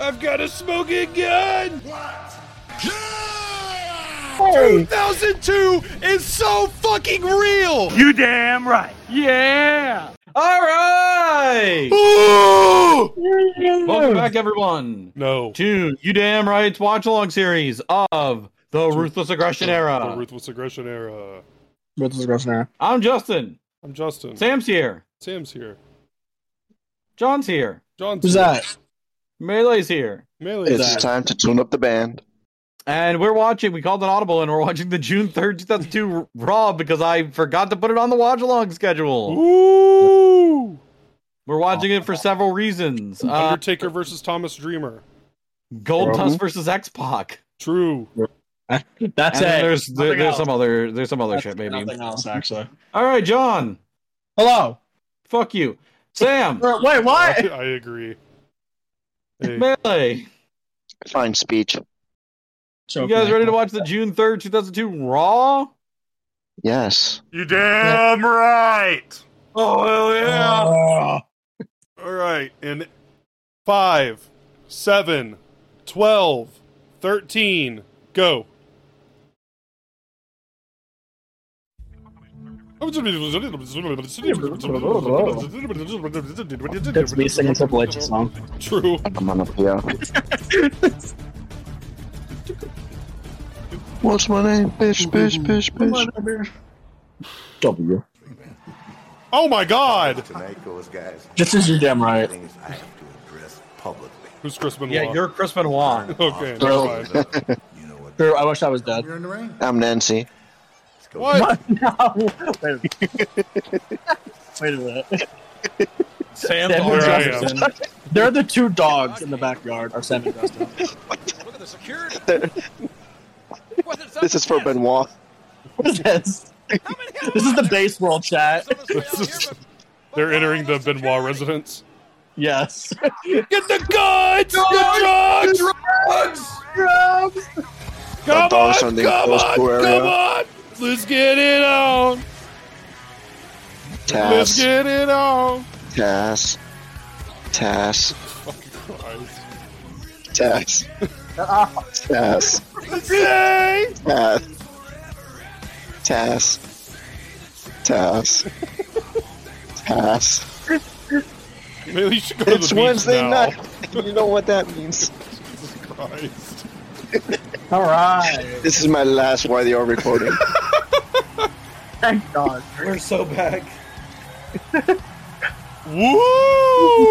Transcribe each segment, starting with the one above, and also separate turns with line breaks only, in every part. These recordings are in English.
I've got a smoking gun!
What? Yeah!
2002 is so fucking real!
You damn right.
Yeah. All right.
Ooh!
Welcome back, everyone,
No.
to You Damn Right's watch along series of the Ruthless Aggression
The
Era.
ruthless aggression era.
What's this gross now?
I'm Justin.
I'm Justin.
Sam's here.
Sam's here.
John's here.
John's
Who's
here.
that?
Melee's here.
Melee's
Is
It's
here.
that-
time to tune up the band.
And we're watching, we called it Audible, and we're watching the June 3rd, 2002 Raw because I forgot to put it on the watch along schedule.
Ooh!
We're watching it for several reasons. Uh,
Undertaker versus Thomas Dreamer.
Gold
Mhm.
Dust versus X Pac.
True.
That's
And then
it.
there's there,
Nothing
there's
else.
some other there's some other
That's
shit maybe.
Nothing else, actually.
All right, John.
Hello.
Fuck you, Sam.
Wait,
I,
what?
I agree. Hey,
Melee.
Fine speech.
You guys ready to watch the June third, two thousand two Raw?
Yes.
You damn right.
Oh, hell yeah!
Oh,
All right. And 5, 7, 12, 13, go.
that's me singing Triple H's song.
True.
I'm on a PO. What's my name? Bitch, bitch, bitch, bitch.
W.
Oh my god!
Tonight goes, guys.
This is your damn right.
Things I have to address publicly.
Who's Chris Benoit?
Yeah, you're Chris Benoit.
Okay,
Bro.
never mind.
You know what?
Sure, I wish I was dead.
You're in the ring.
I'm Nancy.
Let's go.
What?
No. Wait a minute.
Sam's
Sam
all
and
Where I
right.
am.
Justin. They're the two dogs in the backyard. Are Sam and Justin.
Look at the security. What is
This is for Benoit.
What is this?
How many
This is the base world chat.
They're entering the Benoit residence.
Yes.
Get the guns! The drugs!
Drugs.
Come on!
dogs on the
Come
enclosed
on!
pool area.
Come on! Let's get it on! Let's
Tass.
get it on!
Tass. Tass. Tass. Tass.
Say!
Tass. Tass. Tass. Tass.
Maybe you should go to the
It's
beach
Wednesday
now.
night. You know what that means.
Christ.
All right.
This is my last why they are recording.
Thank God.
We're so back.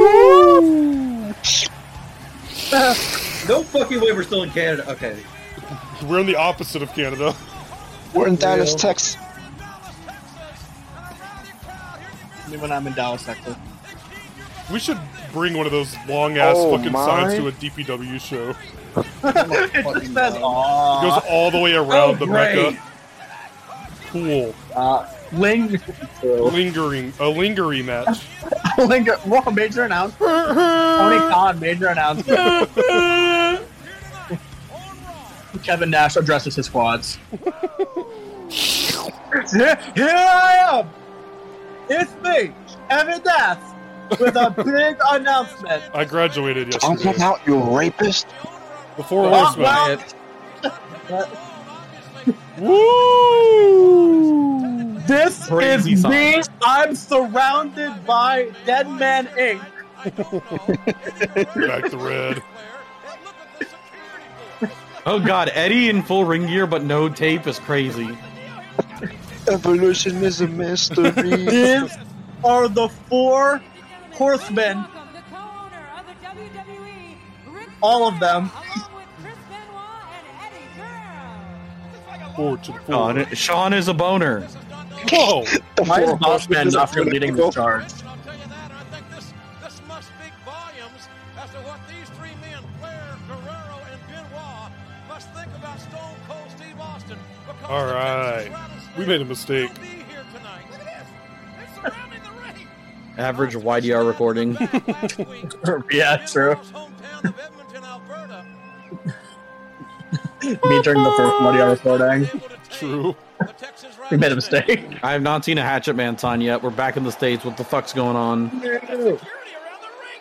Woo!
No fucking way. We're still in Canada. Okay.
We're in the opposite of Canada.
We're in Dallas, Texas.
When I'm in Dallas, Texas.
We should bring one of those long ass
Oh
fucking
my.
signs to a DPW show. It
it just says, "Aw."
goes all the way
Oh,
around the
great.
Mecca. Cool.
Uh, Ling.
Lingering. A lingerie match.
Linger. Whoa, major announcement. Tony Khan, major announcement. Kevin Nash addresses his squads. here, here I am. It's me, Kevin Nash, with a big announcement.
I graduated
Don't come
yesterday.
out, you rapist.
The Four
Well,
Horsemen.
well,
Woo!
This
Crazy
is
song.
me. I'm surrounded by Dead Man Inc.
Back to red.
Oh god, Eddie in full ring gear but no tape is crazy.
Evolution is a mystery.
These are the four horsemen. All of them.
Fortune.
Oh,
forward.
Sean, Sean is a boner.
Whoa!
The
Why is
four
Boss Man
horsemen
not
is a
leading
mythical-
the charge?
I'll tell you that. I think this this must speak volumes as to what these three men, Flair, Guerrero, and Benoit, must think about Stone Cold Steve Austin. Because
All right. We made a mistake.
Be here tonight. Look at this. It's surrounding the ring.
Average YDR recording.
Yeah, true. Me during the first audio recording.
True.
We made a mistake.
I have not seen a Hatchet Man sign yet. We're back in the States. What the fuck's going on?
Security around the ring,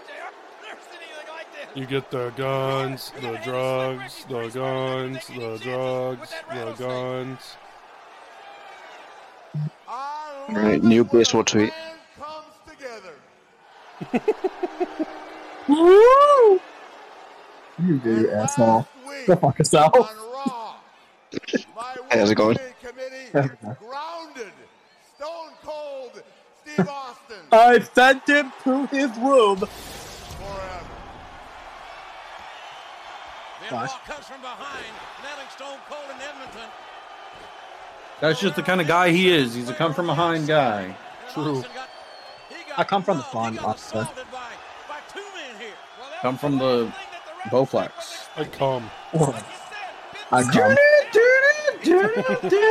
JR. Never seen anything E like this.
You get the guns, the drugs, the guns, the drugs, the guns.
All
All right, new baseball tweet.
Comes together.
You do, you asshole.
Last week
Go fuck
on
yourself.
Raw, my
How's it going?
Wednesday committee
How's it going?
grounded Stone Cold Steve Austin
I sent him to his room.
forever. Benoit
Gosh.
comes from behind, nailing Stone Cold in Edmonton.
That's just the kind of guy he is. He's a come from behind guy.
And
True.
Austin got- he got
I come from the
fouled. He
farm,
got
Austin.
assaulted by- by two men here. Well, that
Come
was
from
one
the
thing that the ref
Bowflex.
was
I come.
expecting. He said,
I
"Benoit
come.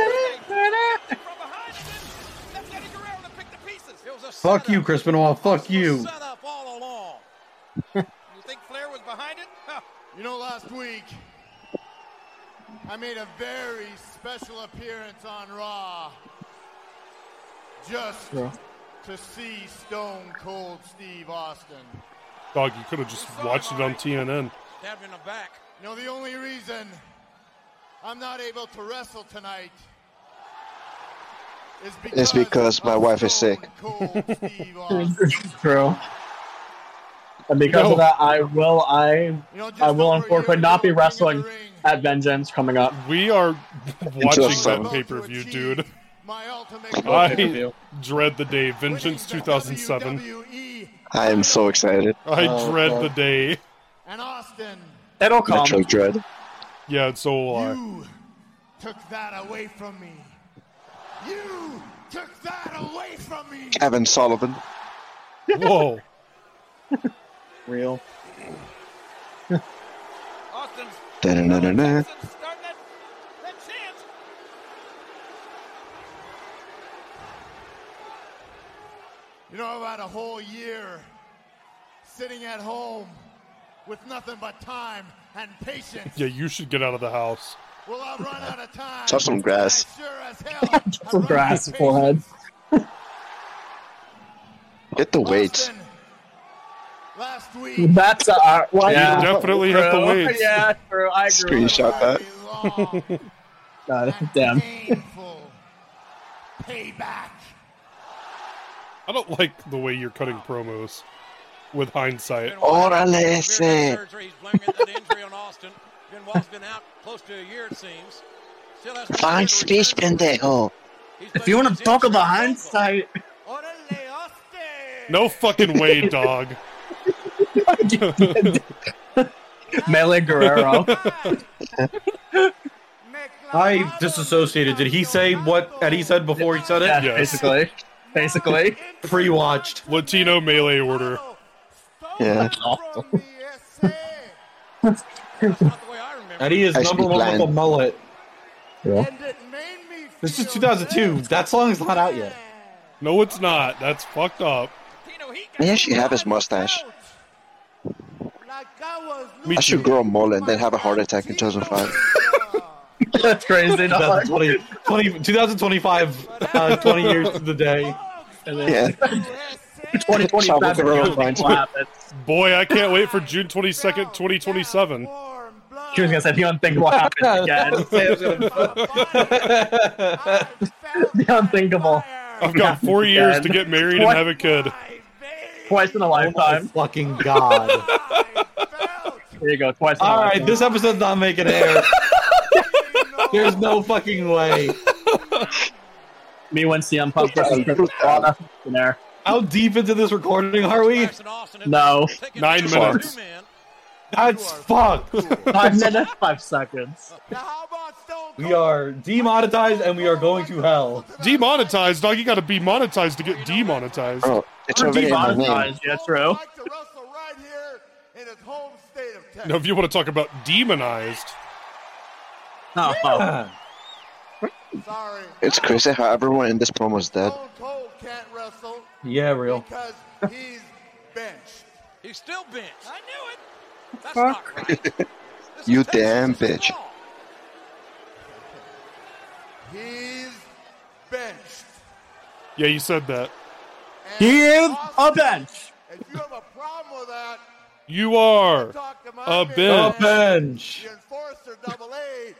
from behind and then left Eddie Guerrero to pick the pieces. It was a
Fuck you,
setup.
Chris Benoit. Fuck
This was
you.
set up all along. you think Flair was behind it? Huh.
You know, last week, I made a very special appearance on Raw just
Yeah.
to see Stone Cold Steve Austin.
Dog, you could have just watched it on TNN.
Stabbed in the back.
You know, the only reason I'm not able to wrestle tonight is because,
because my
of
wife is
Stone
sick.
Cold Steve Austin.
True. And because
No.
of that, I will I
You know, just
I will
over a
unfortunately
year
not be
ago, King of the
wrestling
Ring,
at Vengeance coming up.
We are
Into
watching
a
that
I was
seven.
pay
about
per
to
view,
achieve
dude.
My ultimate goal.
I dread the day. Vengeance
winning E the
2007.
WWE
I am so excited.
I
Oh,
dread
God.
the day.
And Austin,
It'll come.
Metro Dread.
Yeah, and so will I.
you took that away from me. You took that away from me.
Kevin Sullivan.
Whoa.
Real.
Austin's
Da-da-da-da-da.
Austin's starting that, that chance.
You know, I've had a whole year sitting at home with nothing but time and patience.
Yeah, you should get out of the house.
Well, I've run out of time.
Touch some grass.
And Sure as hell. I've
Some
run
grass
out of
forehead.
patience.
Get the weights.
Austin, Last week.
That's a uh, well,
You definitely have to
true.
wait.
Yeah, true. I agree.
Screenshot. Shot that.
Long
God
and
damn.
Painful payback.
I don't like the way you're cutting promos with hindsight.
Órale, ese.
Surgery, He's blaming that injury on Austin. Benoit's been out close to a year, it seems. Still hasn't
Fine
returned to
speech,
return to the ring.
pendejo.
He's
If you
blaming
want
his
to talk
injury
about
on Michael.
hindsight,
Órale, Austin.
No fucking way, dog.
Melee Guerrero.
I disassociated. Did he say what Eddie said before he said it?
Yeah,
Yes.
basically. Basically.
Pre-watched.
Latino melee order.
Yeah.
That's not the way I remember.
Eddie is
I
number
speak
one
blind.
with a mullet.
And it made me
This is
feel
2002. That song is not out yet.
No, it's not. That's fucked up.
Tino, he got
Maybe I should have his mustache.
like I was
Me
losing
I should
too.
grow a mullet and then have a heart attack in 2005.
That's crazy. dog.
2020, 20 2025, uh, 20 years to the day.
And then
Yeah.
2027
Salvo Guerrero
you'll think
finds-
what happens.
Boy, I can't wait for June 22nd, 2027.
She was gonna say, if you don't think what happened again, the unthinkable
I've got four years to get married and have a kid.
twice in a lifetime.
Fucking god.
There you go, twice in a
All right,
lifetime.
this episode's not making air. There's no fucking way.
Me when CM Punk versus Chris Paul, that's in there.
How deep into this recording are we?
No.
Nine minutes.
That's fucked.
Five minutes, five seconds.
We are demonetized and we are going to hell.
Demonetized, dog. You got to be monetized to get demonetized.
Bro, it's
We're
already in my name.
demonetized, yeah, true.
Like to wrestle right here in his home state of Texas.
Now, if you want to talk about demonized,
Oh,
Sorry.
It's crazy how everyone in this promo is dead.
Stone Cold can't wrestle
Yeah, real.
because he's benched.
He's still benched. I knew it. That's not right. This is
You
Texas.
damn
This is
bitch.
wrong.
He's benched.
yeah, you said that.
And
Give a
Austin,
bench.
If you have a problem with that,
You are.
Talk to my
A
man,
bench.
A bench.
The enforcer, double A.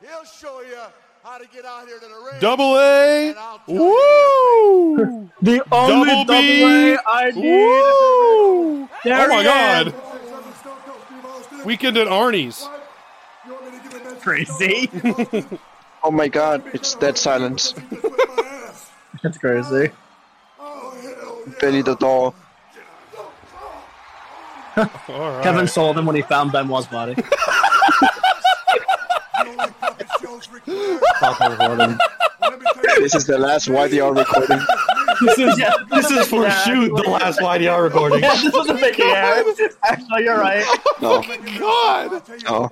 He'll show you how to get out here to the ring.
Double A. Woo!
The only
Double
double,
B.
A I need.
Woo!
There
oh my
he
God! Weekend at Arnie's.
Crazy.
Oh my god, it's dead silence.
That's crazy.
Benny the doll.
All right.
Kevin sold him when he found Benoit's body. Papa recording.
This is the last YDR recording.
This is
Yeah,
this is for
yeah.
shoot the last YDR recording.
Yeah, this was a big error. Actually, you're right.
No,
God.
no.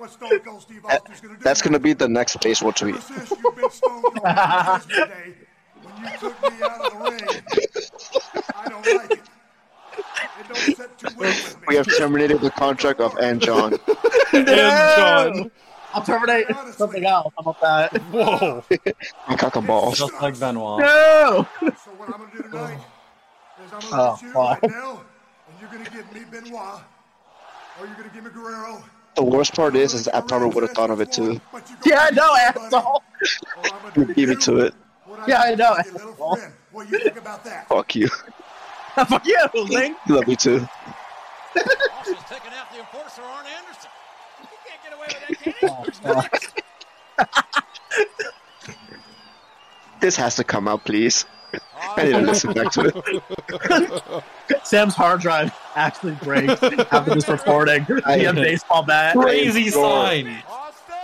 That- that's gonna be the next Facebook tweet. We have terminated the contract of Ann John.
And John.
I'll terminate something else. How about that?
Whoa.
I'm cock and balls.
Just like Benoit.
No!
So what I'm gonna do tonight is I'm gonna
Oh,
let you
wow.
right now, and you're gonna give me Benoit, or you're gonna give me Guerrero.
The worst part is, is I probably would have thought of it too.
But you go
Yeah, I
back to
know,
everybody.
asshole.
Or I'm gonna do
Give it to it.
what
Yeah, I
did
know,
to your little
asshole.
friend. What you think about that?
Fuck you.
Fuck you, Link.
Love you too.
Austin's taking out the enforcer, Arn Anderson. He can't get away with
Oh,
that, can he?
This has to come out, please. I need to listen back to it.
Sam's hard drive actually breaks after this recording.
I-
He had a baseball bat.
Crazy
Lord.
sign.
Austin,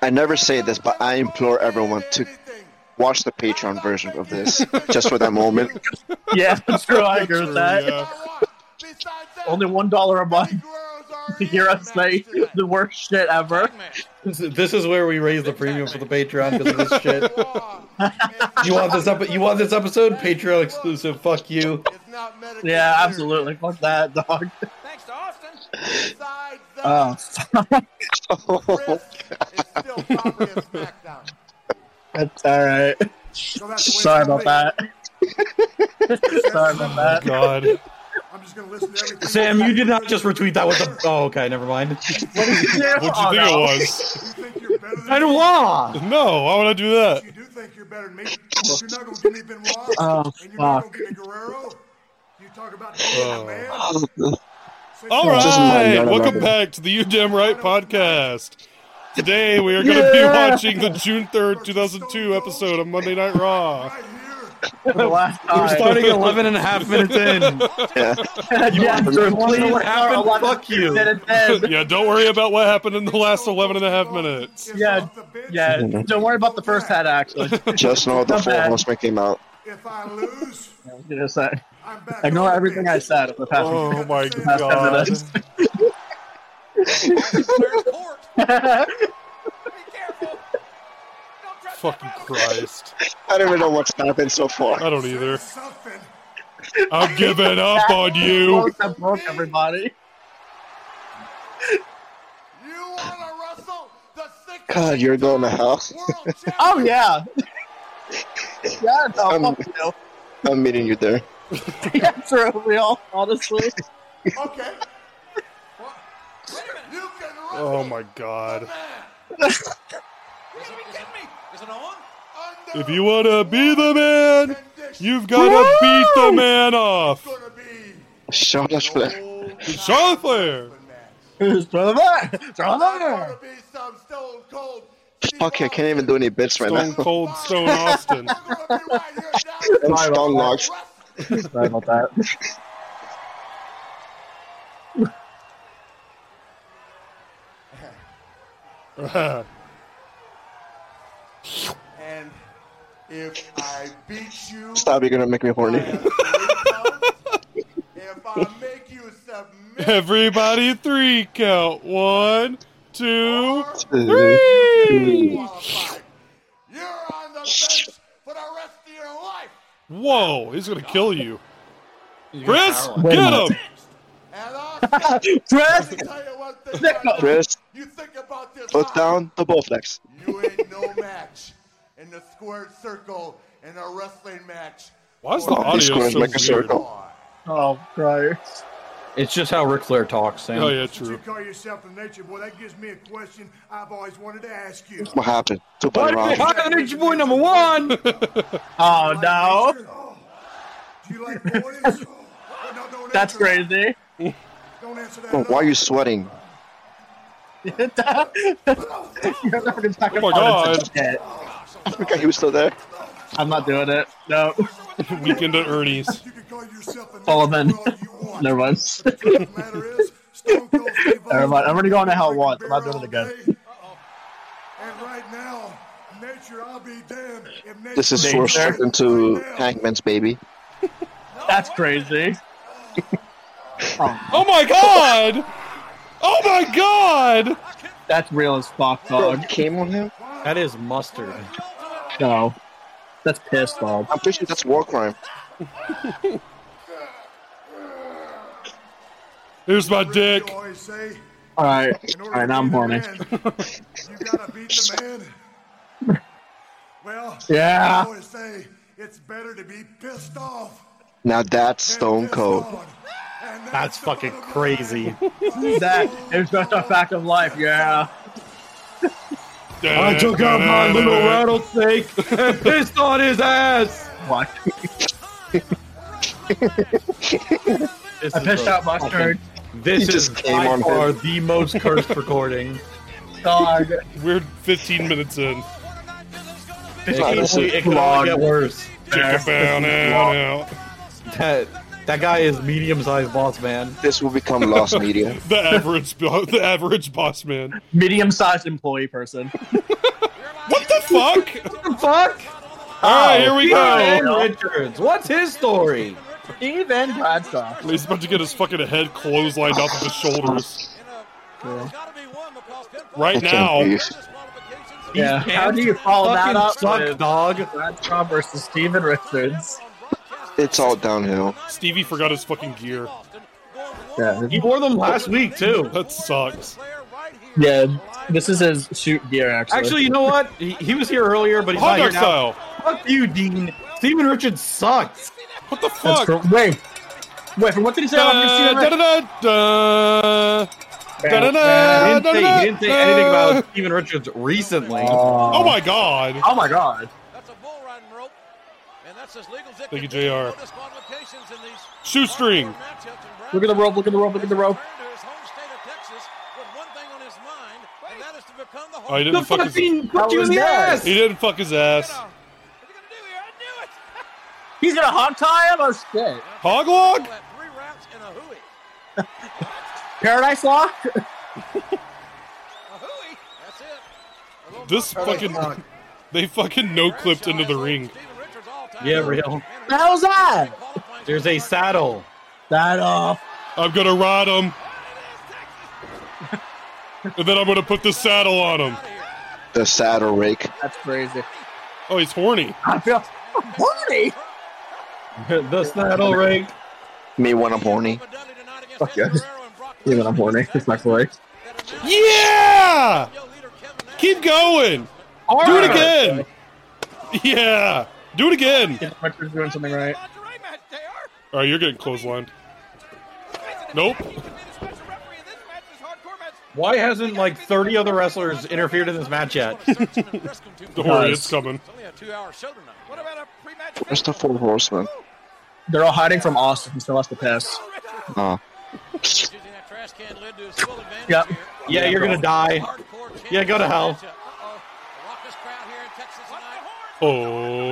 I never say this, but I implore everyone to
anything.
watch the Patreon version of this just for that moment.
Yeah, that's true. I agree with that.
Yeah.
Now what? Besides that,
Only one dollar a month
Guerrero's already
to hear
in
us
the
say
match tonight.
the worst shit ever.
This is- This is where we raise the premium for the Patreon because of this shit.
Benoit
You want
is-
this up? You want this episode? Patreon exclusive. Fuck you.
It's not medically
Yeah,
clear.
absolutely. Fuck that, dog.
Thanks to Austin.
Besides that,
Oh,
Chris is still probably a SmackDown.
that's all right.
So that's the way
Sorry
it's
about
gonna
that. Sorry about that.
God.
be. I'm just gonna listen to everything.
Sam, you did not just retweet that with a. Oh, okay, never mind.
What
Oh,
do you think it was?
You think you're better than me?
Benoit.
No, why would I do that?
You do think you're better than me. You're not gonna give me Benoit,
Oh,
and you're
fuck. Oh.
not gonna give me Guerrero. You talk about being a man. Since
All
you're
Just lying
right,
down
welcome
about it.
back to the You Damn Right podcast. Today we are going to be watching the June third, two thousand two episode of Monday Night Raw.
Right here.
For the last time.
We're starting 11 and a half minutes in.
Yeah.
yeah,
Please
please
happen, fuck you.
Yeah, don't worry about what happened in the last 11 and a half minutes.
It's
Yeah,
off the bench.
Yeah, don't worry about the first hat actually.
Just know the full horseman came out.
If I lose,
You know, so-
I'm back.
Ignore
on the
everything I
bench.
said. For the past
Oh my
past ten
god.
minutes.
Clear court. Be careful. Don't drop
Fucking
that bottle.
Christ.
I don't even know what's happened so
I
far.
don't either.
Something.
I'm giving up on you.
Close that broke everybody.
You wanna wrestle the six?
God, you're going to hell.
World
Oh yeah. yeah, no,
Um,
fuck you.
I'm meeting you there.
Yeah, true. We all honestly.
Okay. What? You can wrestle
Oh my
the
god.
man
Is it- is it- Is it on?
under
If you want to be the man,
condition.
you've got to beat the man off.
It's gonna be
Charlotte Flair.
Charlotte Flair.
Who's throw them out? Throw them
It's gonna
out.
be some stone cold.
Fuck, I can't even do any bits right
Stone
now.
Cold Stone Austin.
We're gonna be right here now.
I'm stone locked.
Sorry about that.
And if I beat you,
Stop, you're gonna make me
I
horny.
have three counts. If I make you submit,
Everybody three count. One, two,
you're
three.
qualified. You're on the bench for the rest of your life.
Whoa, he's gonna kill you. Chris,
Wait a
get
minute.
him!
And I'll say-
Chris,
let me tell you one thing.
Nick-
right now.
Chris,
You think about this.
put
line.
down the Bowflex.
You ain't no match in the squared circle in a wrestling match.
Why is the
These
audio
squares
so
make Oh, a
weird?
circle.
Boy,
Oh, Christ.
It's just how Ric Flair talks, Sam.
Oh yeah,
You
true.
call yourself the nature boy? That gives me a question I've always wanted to ask you.
What happened? Took by
Why did they
Rob.
hire the Nature Boy number one?
Oh no,
Do you like boys? Oh, no, don't
that's
answer that.
crazy.
Don't answer that.
Oh, Why are you sweating?
You're not gonna talk
Oh my
about it.
God.
Shit.
I forgot he was still there.
I'm not doing it. No,
Weekend at Ernie's.
You can call yourself the
Oh,
nature
then.
boy all you want.
never mind.
But the truth of the matter is, Stone Cold Steve
Never mind. I'm already going to hell once. I'm not
Beer
doing it again.
all day. And right now, nature, I'll be damned if nature
This is
Nature.
sourced
Sure.
into
Right now.
Hangman's baby.
That's crazy.
Oh my god! Oh my god!
That's real as fuck,
Bro,
dog.
he came on him.
That is mustard.
No, that's pissed, dog.
I'm pretty sure that's war crime.
Here's my dick.
You always say,
All right,
in
all
order
right. Now
to
I'm
beat the
horny.
man, you gotta beat the man. Well,
Yeah.
I always say it's better to be pissed off.
Now that's
than
Stone
pissed
Cold.
on. And
That's
the
fucking
bottom
crazy.
That is just a fact of life. Yeah.
I took out my little rattle.
and pissed on his ass.
What?
This
I
is
pissed
the-
out mustard.
This
He
is
just came
by
on
far
his-
the most cursed recording.
Dog.
We're 15 minutes in.
It
Nah,
can
this
only,
is
it can
long.
only get worse.
Check it down and out.
That, that guy is medium-sized boss man.
This will become lost media.
The average, bo- the average boss man.
Medium-sized employee person.
What the fuck?
Fuck!
All right, here we go.
Steven Richards, what's his story?
Even Bradshaw.
He's about to get his fucking head clotheslined off of his shoulders right
Okay,
now.
please.
Yeah. How do you follow that
Fucking
up?
suck,
with
dog.
Bradshaw versus Steven Richards.
It's all downhill.
Stevie forgot his fucking gear.
Yeah.
He wore them last week too.
That sucks.
Yeah. This is his shoot gear, actually.
Actually, you know what? He, he was here earlier, but he's
Hot
not here
dog
now.
style.
Fuck you, Dean. Steven Richards sucks.
What the
That's
fuck?
from- wait. Wait, from what did he say?
Da,
Uh,
da, da, da, da, da, da,
He didn't say, he didn't say
da,
anything
da.
about Steven Richards recently.
Oh my god.
Oh my god.
That's a bull riding rope. And that's as legal as it
Thank you,
can be. No
JR.
disqualifications in these
Shoestring.
hardcore matchups, and Brad
Look at the rope, look at the rope, look at the rope.
returned to his home state of Texas with one thing on his mind, and that is to become the
Oh, he
home.
didn't
The
fuck his
fucking put
How
you in
was
the
that?
ass.
He didn't fuck his ass.
He's gonna hog tie him? Oh shit.
Hoglog?
At three wraps and a hooey.
Paradise Lock?
A hooey? That's it. A little
This
knock-
fucking they fucking no clipped into the ring.
Steven Richards all time.
Yeah, real.
The hell's that?
Qualifying
There's a saddle.
That off.
I'm gonna ride him. And then I'm gonna put the saddle on him.
The saddle rake.
That's crazy.
Oh, he's horny.
I feel horny.
the saddle ring.
Me when I'm horny.
Dudley tonight against
Fuck
Eddie
yes.
Guerrero and Brock
Even I'm horny, respectfully.
Lesnar. That
Yeah!
announced leader Kevin Nash
Keep going. Do it again. Yeah. Do it again.
Richard's doing something right.
All right, you're getting clotheslined. Nope.
Why hasn't like 30 other wrestlers interfered in this match yet?
Don't worry, it's coming.
It's only a two-hour show tonight. What about a pre-match?
Where's the four horsemen?
They're all hiding from Austin. He still has to piss.
Ah.
Using that trash can lid to his full advantage
Yep.
here.
Yeah, you're gonna die.
Hardcore champion
Yeah, go to hell.
matchup. Uh-oh. The raucous crowd here in Texas tonight.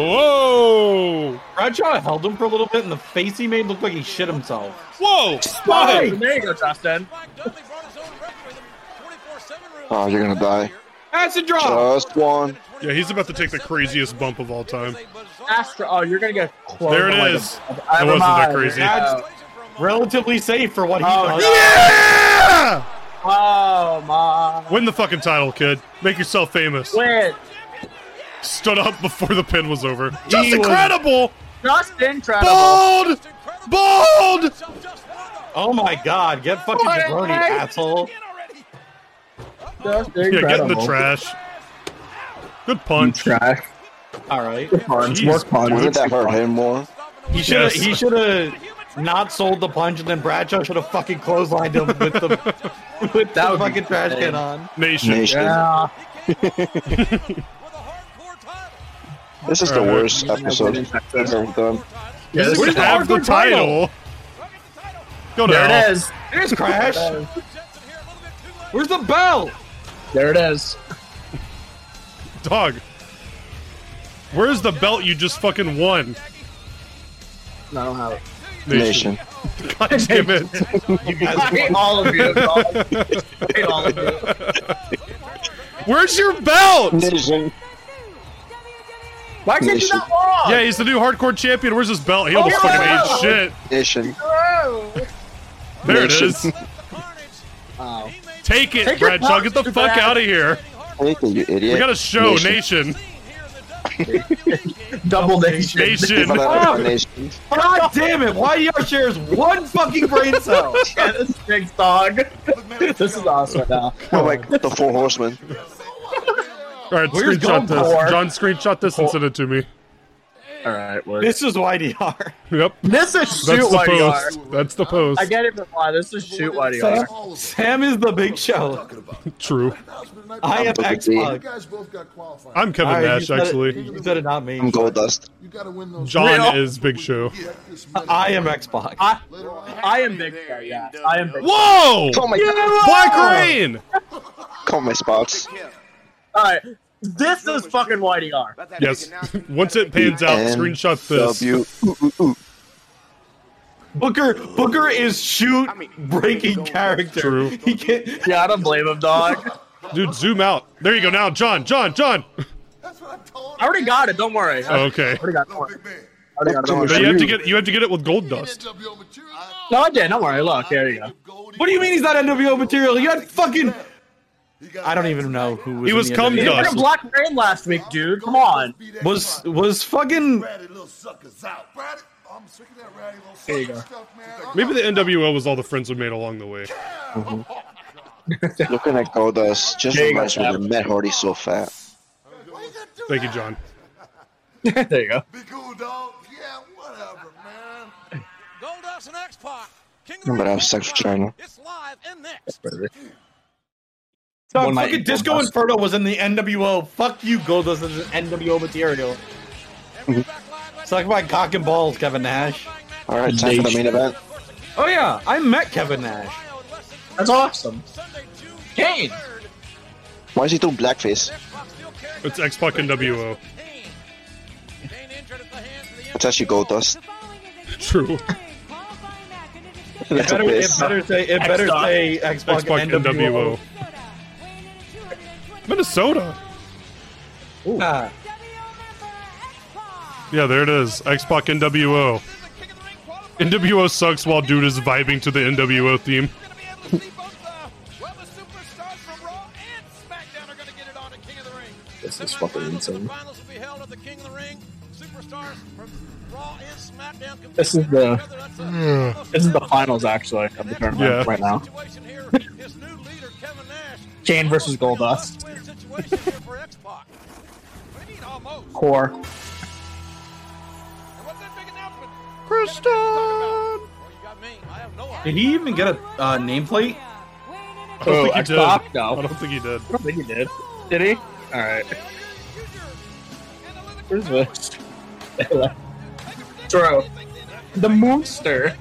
Oh. Whoa.
Bradshaw held him for a little bit, and the face he made looked like he shit himself.
Whoa.
Oh,
Spike.
there you go, Justin.
Mike Dudley brought his own referee, the 24/7
Oh, you're gonna die.
here.
Acid drop.
Just one.
Yeah, he's about to take the craziest bump of all
It was
time.
a bizarre
Astro. Oh, you're gonna get close.
There it
I'm like
is.
a- I
That wasn't that
remind-
crazy.
Yeah.
situation for a moment.
Relatively safe for what he
Oh,
does.
Yeah!
Oh my.
Win the fucking title, kid. Make yourself famous.
Wait,
Stood up before the pin was over.
was-
Just incredible.
Justin Tredible.
Bald. Bald.
So just one of
Oh my god, get fucking
What?
jabroni, asshole.
them already.
Justin
Yeah, get in the
Tredible.
trash. Good punch.
Trash.
Alright.
Good puns.
Jeez.
Work puns.
Wouldn't that hurt him more?
He should have
Yes.
he should have not sold the punch, and then Bradshaw should have fucking clotheslined him with the with
That
that
would be
fucking trash
insane.
can on.
Nation.
Nation.
Yeah.
He came home with a hardcore title.
This is the
Alright.
worst episode I've ever
Hardcore
done.
title.
Yeah, this
We
is-
have the title.
Look at the title.
Go down.
there it is.
There's Crash.
Jensen here a little bit too late.
Where's the bell?
There it is.
Dog. Where's the belt you just fucking won?
No, I don't have it.
Nation.
God damn it.
I hate all of you. dog. I hate all of you.
Where's your belt?
Nation.
Why can't you not long?
Yeah, he's the new hardcore champion. Where's his belt? He almost
Oh,
fucking
yeah.
ate shit.
Nation.
There it
Nation.
is.
Oh.
Take it,
Take your
Bradshaw.
belt,
Get the
stupid
fuck
ass.
out of here.
Take it, you idiot.
We got a show,
Nation.
Nation.
Double nation.
Nation.
Give it up for Nation.
God damn it! Why do y'all shares one fucking brain cell?
Yeah, this big dog. this is awesome right now.
Oh my god, the four horsemen.
All right,
Where's
screenshot this.
Goldberg?
John, screenshot this and send it to me.
All right, we're.
This is E YDR.
Yep.
This is
That's
shoot
the
what you are.
post. That's the post.
I get it, but why? This is shoot what you are.
Sam is the big show.
True.
I am
Look at
X
me.
Pac.
guys both got qualified.
I'm Kevin Nash, actually.
You said it, not me.
I'm Gold Dust.
You gotta win those.
John
Real.
is Big Show.
I am Xbox.
I,
Later on.
I am big guy. Yeah, I am big.
Whoa!
Call my,
Black Rain!
call my spots.
All right, this is fucking YDR.
Yes. Once it pans out, screenshot this.
W.
Booker Booker is shoot breaking character.
True.
He can't.
Yeah, I don't blame him, dog.
Dude, zoom out. There you go now. John, John, John!
That's what I'm
I
telling
already got it. Don't worry. I
Okay.
already got it. Don't worry.
you, big man.
I already got it. Don't worry.
But you have to get you have to get it with gold
You
dust.
didn't up your material at all.
No, I did. Don't worry. Look, there you go.
What do you mean he's not NWO material? You had fucking.
You got
I don't even know who was.
He
in
was
the
cum
NWO.
You
dust.
had a black rain last week, dude. Come on.
Beat that
Was
fuck.
was fucking
Ratty little suckers out. Ratty- I'm sick of that ratty little
There you
sucker
go.
stuff, man.
Maybe the NWO was all the friends we made along the way.
Looking at Gold Dust just
There you go,
reminds me
Sam.
of Matt Hardy so fat.
Why you gotta do
Thank you,
that?
John.
there you go.
Be cool, dog. Yeah, whatever, man.
Goldust and X-Pac. King of
I'm
the
gonna
Ring
have sex with
Worldwide.
China.
It's live and next.
Tom,
One night
fucking
in
Disco
Goldust.
Inferno was in the NWO. Fuck you, Goldust is an NWO material.
And we're back live right
Suck
now.
my cock and balls, Kevin Nash.
All right, time for the main event.
Oh yeah, I met Kevin Nash.
That's awesome. Kane.
Why is he doing blackface?
It's X Pac NWO.
It's actually Gold Dust.
True.
That's a
Better, it
piss.
better say it better
Xbox.
say Xbox,
X Pac NWO.
NWO.
Minnesota.
Ah,
Yeah, there it is. X Pac NWO. NWO sucks while dude is vibing to the NWO theme.
This is fucking insane.
This is the- This is the finals, actually, of the tournament
Yeah.
right now. Kane versus Goldust. Core.
Kristen! Well, you got me. I have no idea.
did he even get a uh, nameplate?
I don't
Oh,
think he
X
did.
Pac? No.
I don't think he did.
I don't think he did. Did he? All right. Where's this? Bro, the monster.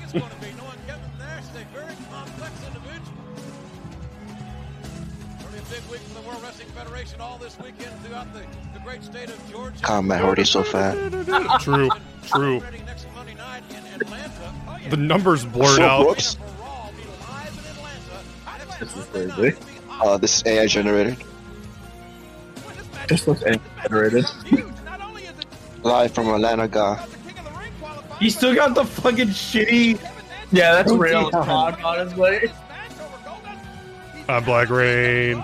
God, Matt Hardy's so fat.
True. True. The numbers blurred
So
out.
Brooks,
This is crazy.
uh, this is AI generated.
This looks animated.
Live from Atlanta, God.
He still got the fucking shitty.
Yeah, that's real.
Yeah.
Dog, honestly.
Uh, Black Rain.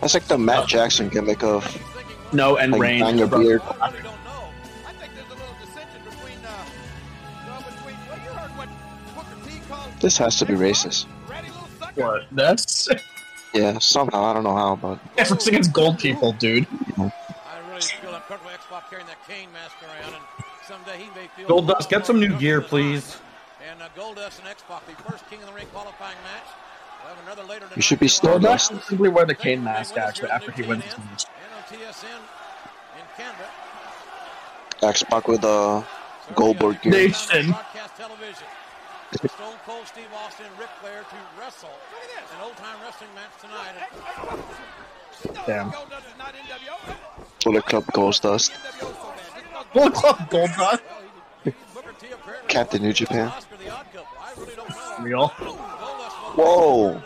That's like the Matt Jackson gimmick of
No, and
like
rain.
down your beard.
uh,
This has to be racist.
What? This?
Yeah, somehow I don't know how, but
Yeah, it's against gold people, dude.
I really feel up Kurt Xbox carrying that cane mask around, and someday he may feel.
Goldust, get some new gear, please.
And uh, Goldust and Xbox, the first King of the Ring qualifying match. We'll have another later
You should be
tonight.
Goldust
Goldust
Stardust.
will
should simply wear the cane
win
mask
this
actually
year's
after
new
he wins
TNN
this match.
And on TSN in Canada.
X-Pac with uh,
Thursday
Goldberg
on
gear.
Nation.
Broadcast television. Stone Cold Steve Austin and Ric Flair to wrestle an old-time wrestling match tonight.
Damn.
with a club Gold Dust.
What's up, Goldust?
Booker T apparently
Captain New Japan.
Oscar the Odd Couple. I really don't know.
Real.
Whoa.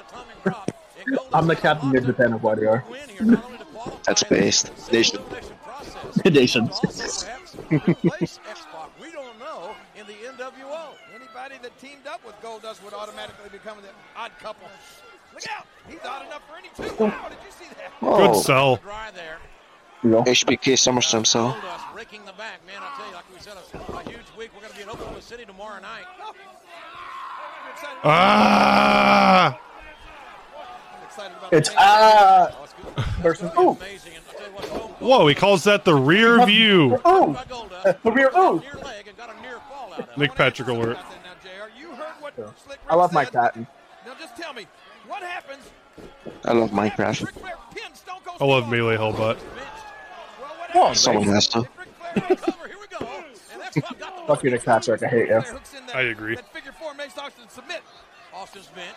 I'm the captain of Japan of YDR.
That's based. Nation.
Nation.
we don't know in the NWO.
Anybody that teamed up with Goldust would automatically become the odd couple. Look out! He's odd enough for any two. Wow, did you see that?
Good
Oh,
sell.
Dry there.
Real.
HBK SummerSlam sell.
Goldust raking the back, man. I tell you, like we said, a, a huge week. We're going to be in Oklahoma City tomorrow night.
I'm excited,
Oh. Ah!
I'm excited about
Uh, It's
the main
ah
Oh, it's good. That's
versus
gonna be
oh
amazing. And I tell you what, Stone Cold
Whoa, he calls that the rear view.
oh
by Goldust
the rear oh.
near leg and got a near fall out of it.
Nick Patrick alert.
event. Now, JR, you heard what Slick
I love
Rick
my
said.
cat.
Now just tell me, what happens
I love
if
Minecraft.
Ric Flair pins Stone Cold
I love
Steve
melee hellbutt.
Austin? Well, what
Come on,
happens
Someone has to.
if Ric Flair
Cover, here we go. And that's what got the
Fuck you, Nick Patrick. I hate you.
Flair hooks in that-
I agree.
That figure four makes Austin submit.
Austin's bench.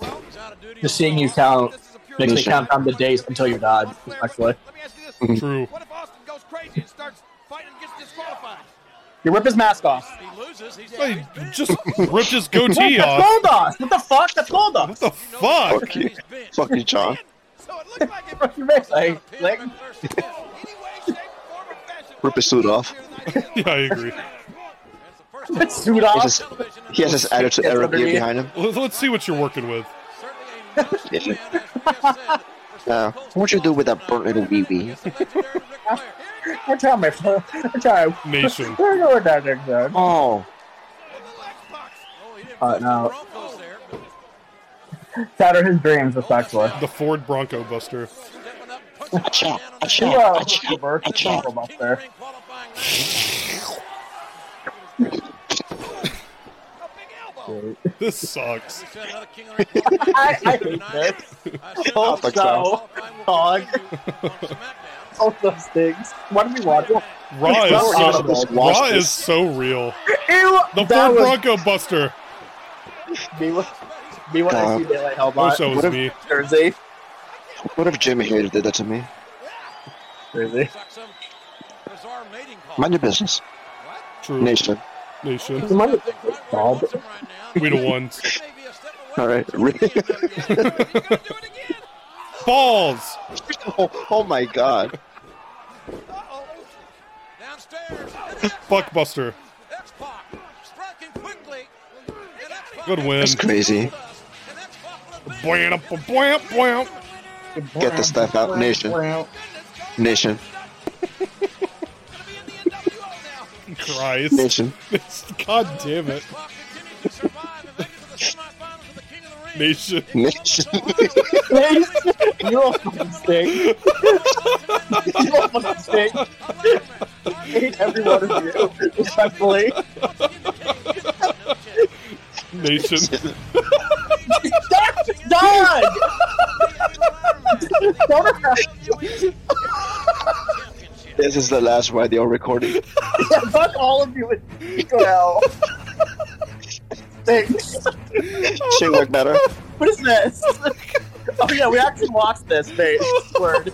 Well,
He's out of duty.
Just
on
seeing you
Raw.
count
This is a pure
makes me
Nation.
count down the days until you die. Actually,
Let me ask you this.
True.
What if Austin goes crazy and starts fighting and gets disqualified?
you rip his mask off.
He loses. He's
He just ripped his goatee
That's
off.
Goldust. What the fuck? That's Goldust.
What the fuck?
Fuck you. Fuck you, John.
So it looks like
Fuck
it
your face. Hey, Nick.
any way, shape, form, or fashion.
Rip his suit off.
Yeah, I agree.
That suit off.
It's just- He has his attitude era gear behind him.
Let- Let's see what you're working with.
Uh, what you do with that burnt little wee wee?
We're trying my phone. We're trying.
Nation.
We're going down there, John.
Oh,
Uh, now, shatter his dreams, respectfully.
The Ford Bronco Buster.
Achoo,
You
achoo,
are a
achoo,
pervert. You're
achoo.
terrible up there.
This sucks.
I, I hate this. Oh,
Fuck
no. Dog. All those things. Why do we watch it?
Raw is so,
Watch
Raw
this.
is so real.
Ew!
The
that
Ford
was
Bronco Buster.
me, when- me when I
God.
see Daylight
Oh,
Hellbot.
so was
What
me.
Jersey.
What if Jimmy Hater did that to me?
Jersey.
Mind your business.
True.
Nation.
Nation.
Am I the dog?
We the ones.
All right. Really?
Balls.
Oh, oh my god.
Fuck Buster. Good win.
That's crazy.
Bwamp, bwamp, bwamp.
Get the stuff out. Nation. Nation.
Christ.
Nation.
God damn it. Nation.
Nation.
You're a fucking stink. You're a fucking stink. I hate every one of you, respectfully.
Nation.
That's dog! Don't hurt
This is the last radio recording.
me. Fuck all of you with well. Thanks.
Should work better.
What is this? oh yeah, we actually watched this, mate. Word.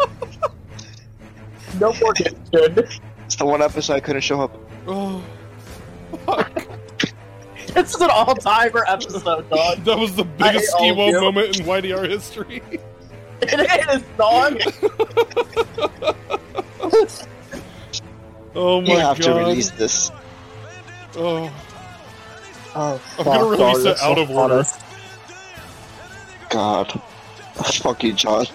No more good.
It's the one episode I couldn't show up.
Oh,
This is an all-timer episode, dog.
That was the
I hate
biggest
all of
ski-wo
you.
moment in YDR history.
It is, dog.
Oh my
You have to
god.
release this.
Oh,
Oh,
I'm gonna release it out of order.
God. Fuck you, John.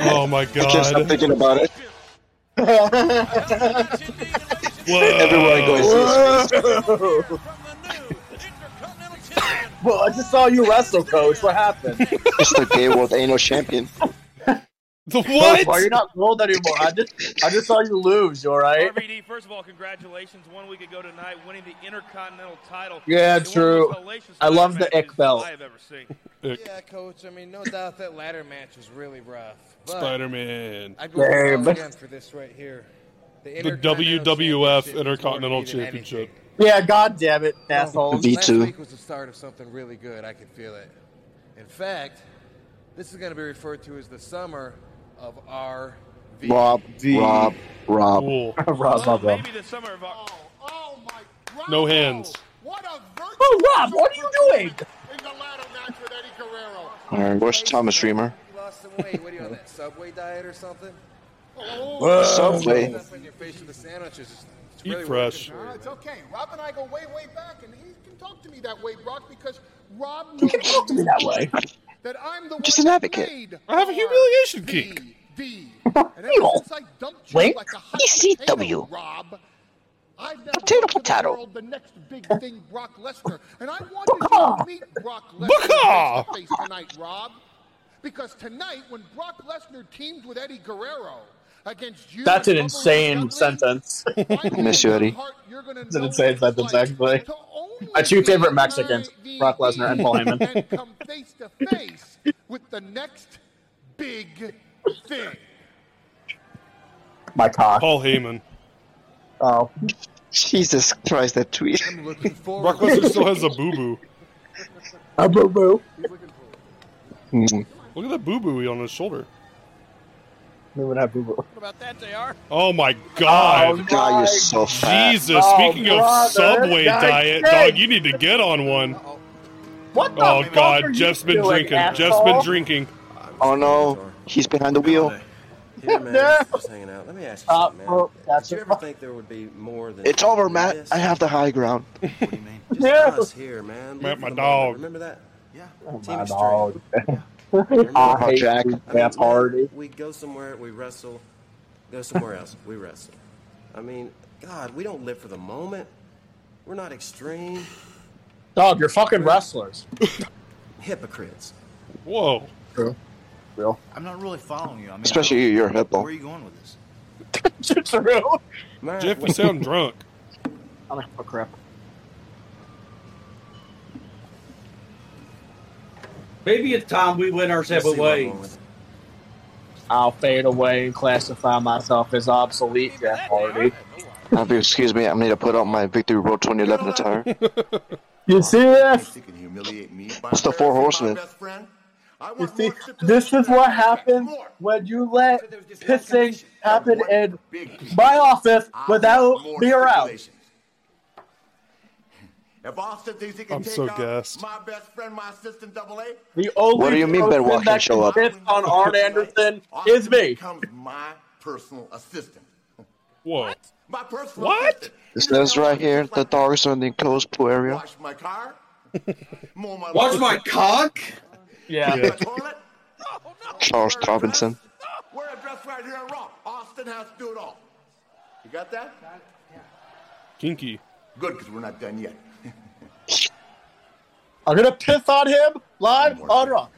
Oh my
I can't stop
god.
thinking about it.
Whoa.
Everywhere I go, I see his face.
Well, I just saw you wrestle, coach. What happened?
It's the gay world anal champion.
The what?
Why you're not gold anymore? I just, I just saw you lose. You all right?
RVD, first of all, congratulations. One week ago tonight, winning the Intercontinental title.
Yeah,
It's one of
true.
the most hellacious
I love the
matches
Ick belt.
I have ever seen.
Yeah, coach. I mean, no doubt that ladder match was really rough. But
Spider-Man.
I'd go with
Damn.
Paul again for this right here.
The WWF Intercontinental Championship.
Yeah, god damn it, asshole.
V
Last
two.
week was the start of something really good. I can feel it. In fact, this is going to be referred to as the summer of RV.
Rob, Rob, Rob.
Cool.
Rob, Rob, Rob.
Maybe the summer of our.
Oh my Rob!
No hands.
What a virtuous
Oh, Rob, what are you doing?
In the ladder match with Eddie Guerrero.
Alright, where's Thomas Reamer?
You lost some weight. What are you on that subway diet or something?
Oh,
Subway.
Stuff on your face with the sandwiches. It's
Eat
really
fresh.
working for
No,
you,
it's
man.
okay. Rob and I go way, way back, and he can talk to me that way, Brock, because Rob knows
can talk to me that way.
that I'm the
Just
one
an
that
advocate.
made
I have a humiliation kink.
RVD. And ever since I dumped you
Link,
like a hot
ECW.
potato, Rob, I've never
E Potato,
looked at the
potato.
world the next big thing, Brock Lesnar, and I wanted to meet Brock Lesnar
Booker.
face to face tonight, Rob, because tonight when Brock Lesnar teamed with Eddie Guerrero against you,
That's an
and Bubba
insane
Dudley,
sentence.
I
Miss you, Eddie.
It's
an insane sentence, actually. My two favorite Mexicans, Brock Lesnar and Paul Heyman.
come face to face with the next big thing.
My cock.
Paul Heyman.
Oh,
Jesus Christ, that tweet.
I'm looking
Brock
forward.
Lesnar still has a boo boo.
a boo boo.
He's looking forward.
Mm.
Look at that boo boo on his shoulder.
We would have boo boo.
What about that, JR?
Oh my God.
God, you're so fat.
Oh Jesus.
Oh,
Speaking
brother,
of Subway
that's
diet,
sick.
dog, you need to get on one.
What the
Oh
fuck are
God,
you
Jeff's been
doing,
drinking. Jeff's
asshole?
been drinking.
Oh no, he's behind the wheel.
Hey, man,
No.
just hanging out. Let me ask you
Stop,
something,
bro.
man.
That's
Did you
your
ever
fault.
think there would be more than
It's over, Matt.
this?
I have the high ground.
What do you mean? Just
Yeah. Oh,
us here, man.
Matt,
Live
my
in the moment.
dog.
Remember that? Yeah. Team
My
Extreme.
dog.
I
I hate
Jack.
you,
I mean,
Jeff
man,
Hardy.
We go somewhere, we wrestle. Go somewhere else, we wrestle. I mean, God, we don't live for the moment. We're not extreme
Dog, you're fucking wrestlers.
hypocrites.
Whoa.
Real.
I'm not really following you. I mean,
Especially
I
you,
don't-
you're a
Where are
hippo.
you going with this?
It's real.
Matt,
Jeff,
what-
you sound drunk.
I'm like, oh crap.
Maybe it's time we went our
let's see
separate
where I'm
ways.
going with it.
I'll fade away and classify myself as obsolete, Jeff Hardy.
Now, Oh, Excuse me, I'm gonna put on my Victory Road 2011 attire.
You see this?
Thinks you can humiliate me by
It's the Four
embarrassing my
Horsemen.
best friend? I
You
want
see,
more stipulations
this is
than
what
that.
happens
More.
when you let
So there was just one
pissing
condition.
happen
One
in
big piece.
my office
I
without
want more
me around.
stipulations. If Austin thinks he can
I'm
take
so
on
gassed.
my best friend, my assistant double A,
The only
What do you mean
person
Ben Watkins
that
show
can
up?
piss on Arn Anderson
Austin
is me.
becomes my personal assistant.
Whoa.
My personal
What?
assistant.
This
You know
is
how I
right here.
just
The
like
dogs are in the enclosed pool area.
Wash my car. Mow my
Watch
lawn,
my cock.
Yeah.
clean my toilet.
Charles
Wear a
Robinson.
dress. Wear a dress right here on Raw. Austin has to do it all. You got that?
Kinky.
Good, because we're not done yet.
I'm gonna piss on him live
More
on
stipulations.
Raw.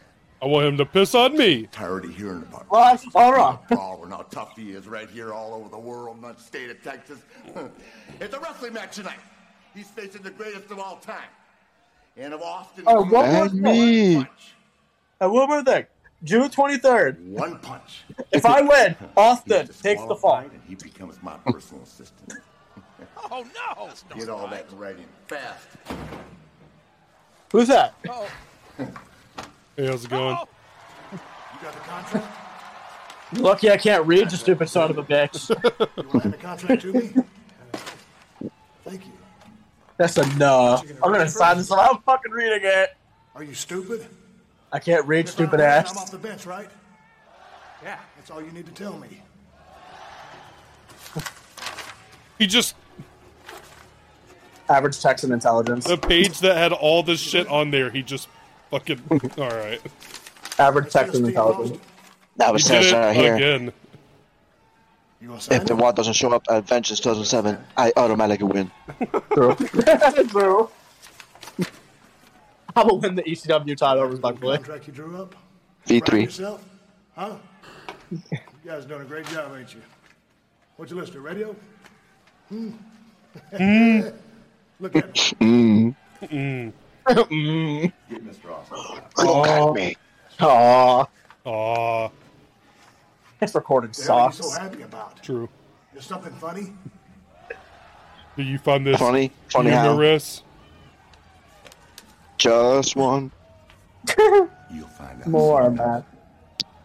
I want him to piss on me.
Tired of hearing about
Live on Raw.
Raw and how tough he is right here all over the world, not the state of Texas. it's a wrestling match tonight. He's facing the greatest of all time. And of Austin.
Oh, one more
And me.
punch.
And one more thing. June 23rd.
One punch.
If I win, Austin
He's
takes the fall.
disqualified And he becomes my personal assistant.
Oh no!
Get all that right in fast.
Who's that?
Oh,
Hey, how's it going?
oh,
You got the contract?
You're lucky I can't read, you stupid son of a bitch.
You want to hand the contract to me? Thank you.
That's a no. I'm gonna sign this. I'm fucking reading it.
Are you stupid?
I can't read,
If I
stupid
win,
ass.
I'm off the bench, right?
yeah.
That's all you need to tell me.
He just
Average Texan intelligence.
the page that had all this shit on there. He just fucking. All right.
Average
I feel
Texan
Steve
intelligence.
Austin.
That
He
was
did
says
it
right here.
again.
You gonna sign
If the
it?
WAD doesn't show up at Vengeance 2007, I automatically win.
True. True. I will win the ECW title, respectfully.
contract you drew up? Proud of
V3.
yourself? Huh?
You guys are doing a great job, ain't you? What you listen to? Radio? Hmm.
Hmm.
Mm.
Look at me.
Mm.
Mm.
Mm.
Get Mr. Awesome.
Look at me.
Aw.
Aw.
That's recorded
Yeah, what are you
sauce.
so happy about?
True.
There's something funny?
Do you find this
Funny? Funny how?
humorous?
Just one.
You'll find out.
More on that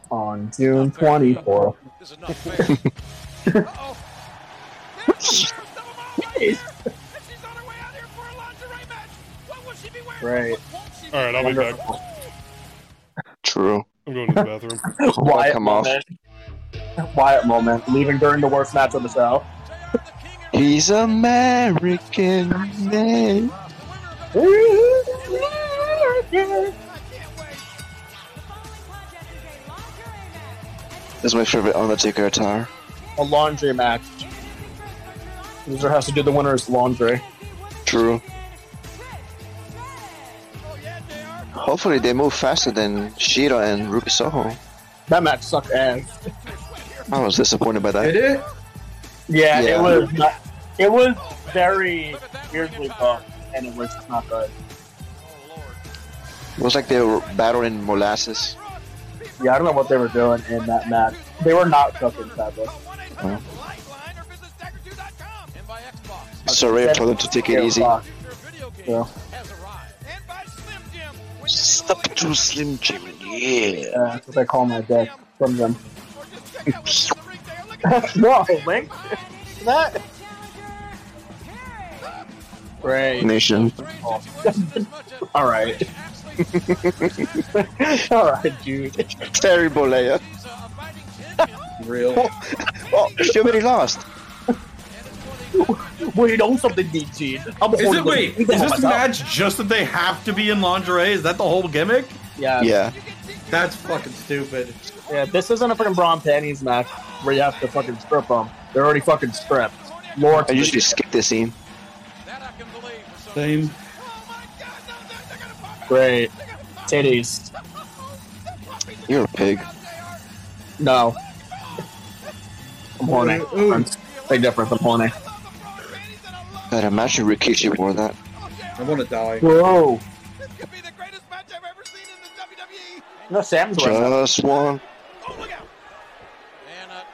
on June 24th.
This is not fair.
Uh-oh. There's, there's some of my wife
Jeez.
there, and she's on her way out here for a lingerie match. What will she be wearing?
Right.
What won't she be
All right, I'll be back.
Wonderful.
True.
I'm going to the bathroom.
Wyatt
Come off.
moment. Wyatt moment. Leaving during the worst match of the show.
He's American man. That's my favorite Undertaker attire.
A laundry match. Loser has to do the winner's laundry.
True. Hopefully they move faster than Shira and Ruby Soho.
That match sucked ass.
I was disappointed by that.
it?
Yeah,
Yeah.
it was. Not, it was very weirdly booked, and it was not good.
Oh,
It was like they were battling molasses.
Yeah, I don't know what they were doing in that match. They were not cooking sadly.
So Ray told them to take it easy.
Yeah.
Step to Slim Jim, yeah.
Yeah, Uh, that's what they call my dick from them. no, Link. That. Great.
Nation.
All right. All right, dude.
Terrible layer.
Real.
Oh, she already lost.
Wait on something, DG. I'm
Is it
holding
wait? Is
Oh my
this
God.
match just that they have to be in lingerie? Is that the whole gimmick?
Yeah.
Yeah.
That's fucking stupid.
Yeah, this isn't a fucking bra and panties match where you have to fucking strip them. They're already fucking stripped. Lord,
I usually skip this scene.
Same.
great. Titties.
You're a pig.
No. I'm horny. I'm big difference. I'm horny.
God, imagine Rikishi wore that.
I want to die.
Whoa.
E.
No, Sam's right.
Just one.
Oh,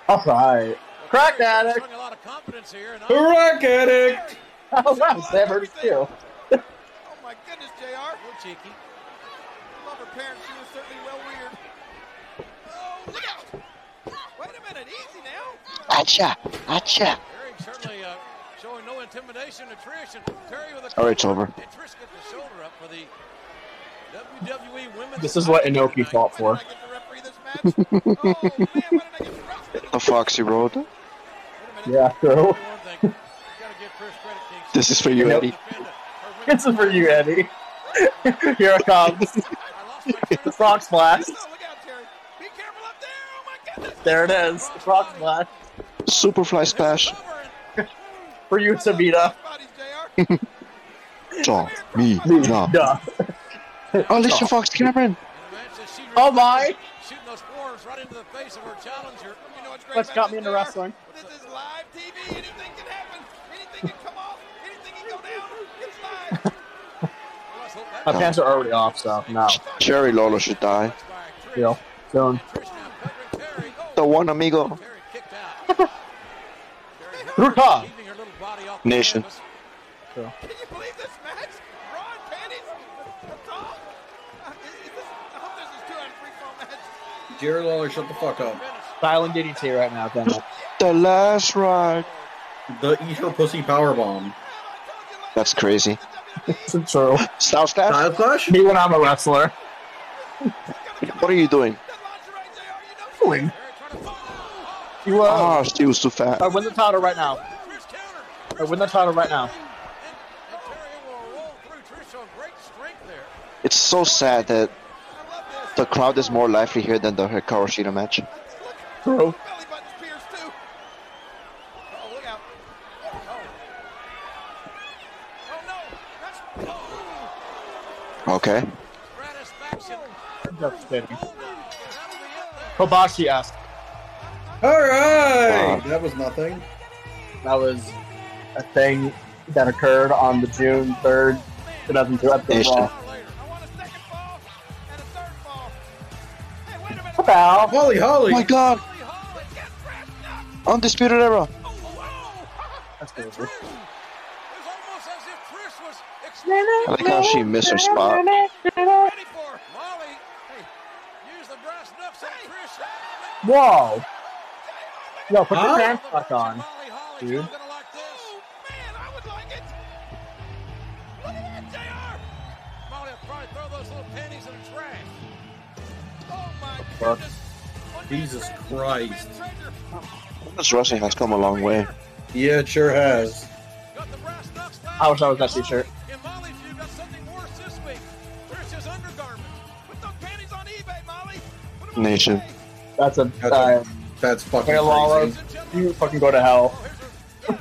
All right. Crack addict.
uh, Showing a lot of confidence here, and I'm
Rock addict.
Oh, wow, Sam hurts too.
Oh my goodness, JR.
real cheeky.
Love her parents. She was certainly well reared. Oh, look out. Wait a minute. Easy now.
Acha! Acha!
Terry certainly uh, showing no intimidation to Trish, and Terry with a.
All right, it's over.
And Trish gets the shoulder up for the WWE Women's.
This is what Inoki fought for.
I get to referee this match. oh, man. Why did I get roasted?
The Foxy Road.
Yeah, true.
One thing, you gotta give Trish credit, Kingston.
This is for you,
Nope.
Eddie.
This is for you, Eddie. Here it comes. The frog splash.
Oh, look out, Terry. Be careful up there. Oh, my goodness.
There it is. The frog splash
Superfly Splash.
for you, Sabita.
Bodies, JR.
Draw me now.
Duh.
Oh, Alicia Fox Cameron.
Oh my!
Shooting those forearms right into the face of her challenger.
You know what's great
What's
about
got
this,
me into
JR?
wrestling?
This is live TV. Anything can happen. Anything can come off. Anything can go down. It's live.
Let's hope that-
My pants are already off, so no.
Jerry Lawler should die.
by Trish.
You know, soon.
Trish now covering Terry. Oh,
The one amigo.
Terry kicked out.
Ruka!
Leaving her little body off
Nation.
The canvas.
Can you believe this match? Raw and panties? That's all? Uh, is- is this- I hope this is two out of three fall match.
Jerry Lawler, shut the fuck up.
Styling DDT right now, damn it.
The last ride.
The eat her pussy power bomb.
That's crazy.
It's true.
Style Splash?
Style clash.
Me when I'm a wrestler.
What are you doing?
Doing. You are.
Ah, she was too fat.
I win the title right now. I win the title Oh. right now.
And Terry will roll through Trish showing great strength there.
It's so sad that the crowd is more lively here than the Hikaru Shida match.
True.
Belly button's pierced too. Oh, look out.
Oh no! That's oh,
Okay.
satisfaction.
Oh.
That's
That'll
kidding.
be it there.
Kobashi asked. All
Ah,
right.
That was nothing.
That was a thing that occurred on the June 3rd, 2002 episode of Raw.
About Holly Holly.
Oh my god. Undisputed
Oh,
era.
That's good.
I like how she missed her spot.
Whoa. Yo, put
Huh?
your pants back on, dude.
Oh, Oh,
Fuck. Jesus Christ.
This wrestling has come a long way.
Yeah, it sure has.
I wish I was that t-shirt.
Nation.
That's a
That's,
uh,
that's fucking
Hey, Lala,
crazy.
you fucking go to hell.
Oh,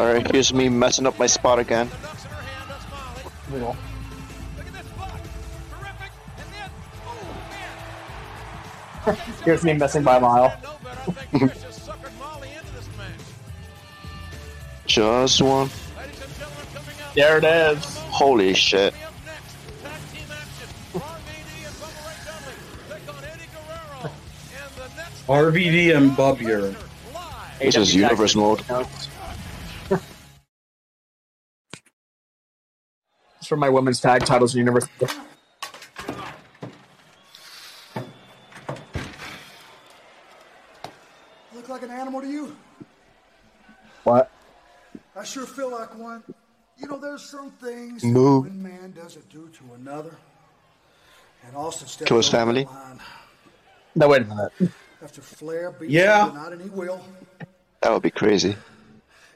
Alright, here's me messing up my spot again.
Cool.
oh,
Here's me missing by a mile.
Just one.
There it is.
Holy shit.
RVD and Bubyer.
This is universe mode.
It's from my women's tag titles in university.
Look like an animal to you?
What?
I sure feel like one. You know, there's some things
Move.
one man doesn't do to another. And Austin stepped
To his
over the
family.
line
No, wait a minute.
After Flair beat
Yeah.
him not any will.
That would be crazy.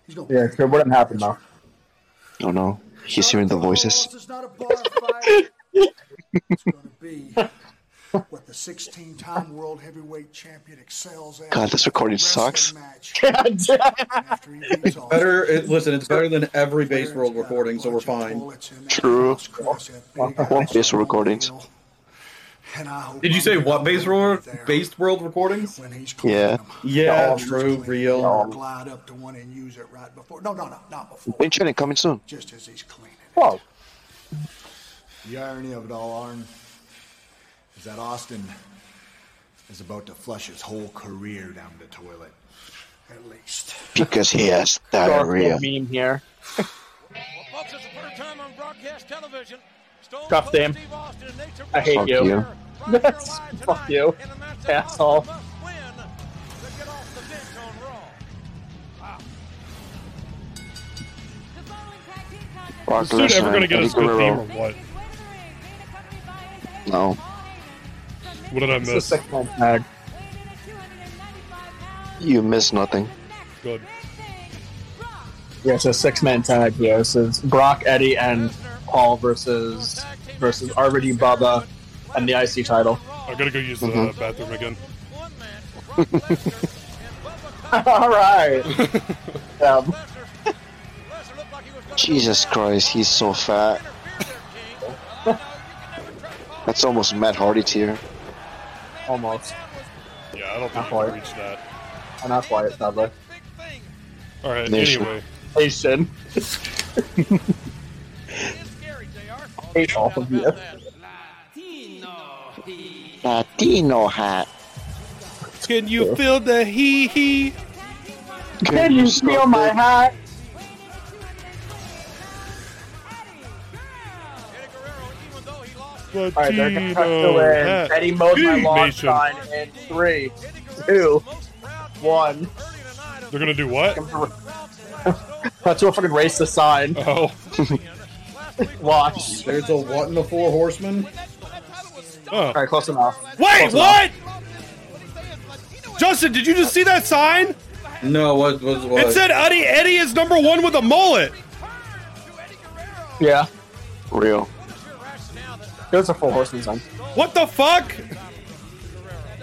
Yeah, it wouldn't happen though.
Oh no. He's hearing the voices.
It's not a bar fight. it's going to be what the 16-time world heavyweight champion excels at.
God, this recording sucks.
It's better. It, listen, it's better than every base world recording, so we're fine.
True. Yes, we're recordings.
Did you say what base world? Based world recordings?
Yeah.
Yeah, true, real.
Glide up to one and use it right before. No, no, no, not before.
Wing Chun coming soon.
Just as he's cleaning.
Whoa.
The irony of it all, Arn, is that Austin is about to flush his whole career down the toilet.
At least.
Because he has diarrhea.
Meme here.
Tough
damn. I hate
Fuck
you.
you.
That's fuck you, asshole.
Brock
Is this dude ever
Lesnar,
going to get
Eddie
us good theme or
Guerrero.
what?
No.
What did I miss?
You miss nothing.
Good.
Yeah, it's a six man tag here. This is Brock, Eddie, and Paul versus versus RVD Bubba and the IC title.
I gotta go use the
Mm-hmm.
Mhm.
bathroom again.
All right. Um,
Jesus Christ, he's so fat. That's almost Matt Hardy tier.
almost.
Yeah, I don't
Not
think we
quite.
can reach that.
I'm not quiet,
Uh,
sadly.
All right.
Nation.
Anyway,
Asian. Hate all of you.
Latino hat.
can you feel the hee hee?
Can you steal my hat?
All
Alright, they're gonna tuck the win. Eddie mowed my lawn sign in three, two, one.
They're gonna do what?
That's a fucking racist sign.
Oh.
Watch.
There's a what in the Four Horsemen?
Alright, close enough.
Wait,
Close
what? Justin, did you just see that sign?
No, what was what?
It said Eddie Eddie is number one with a mullet.
Yeah.
Real.
Those are four horsemen sign.
What the fuck?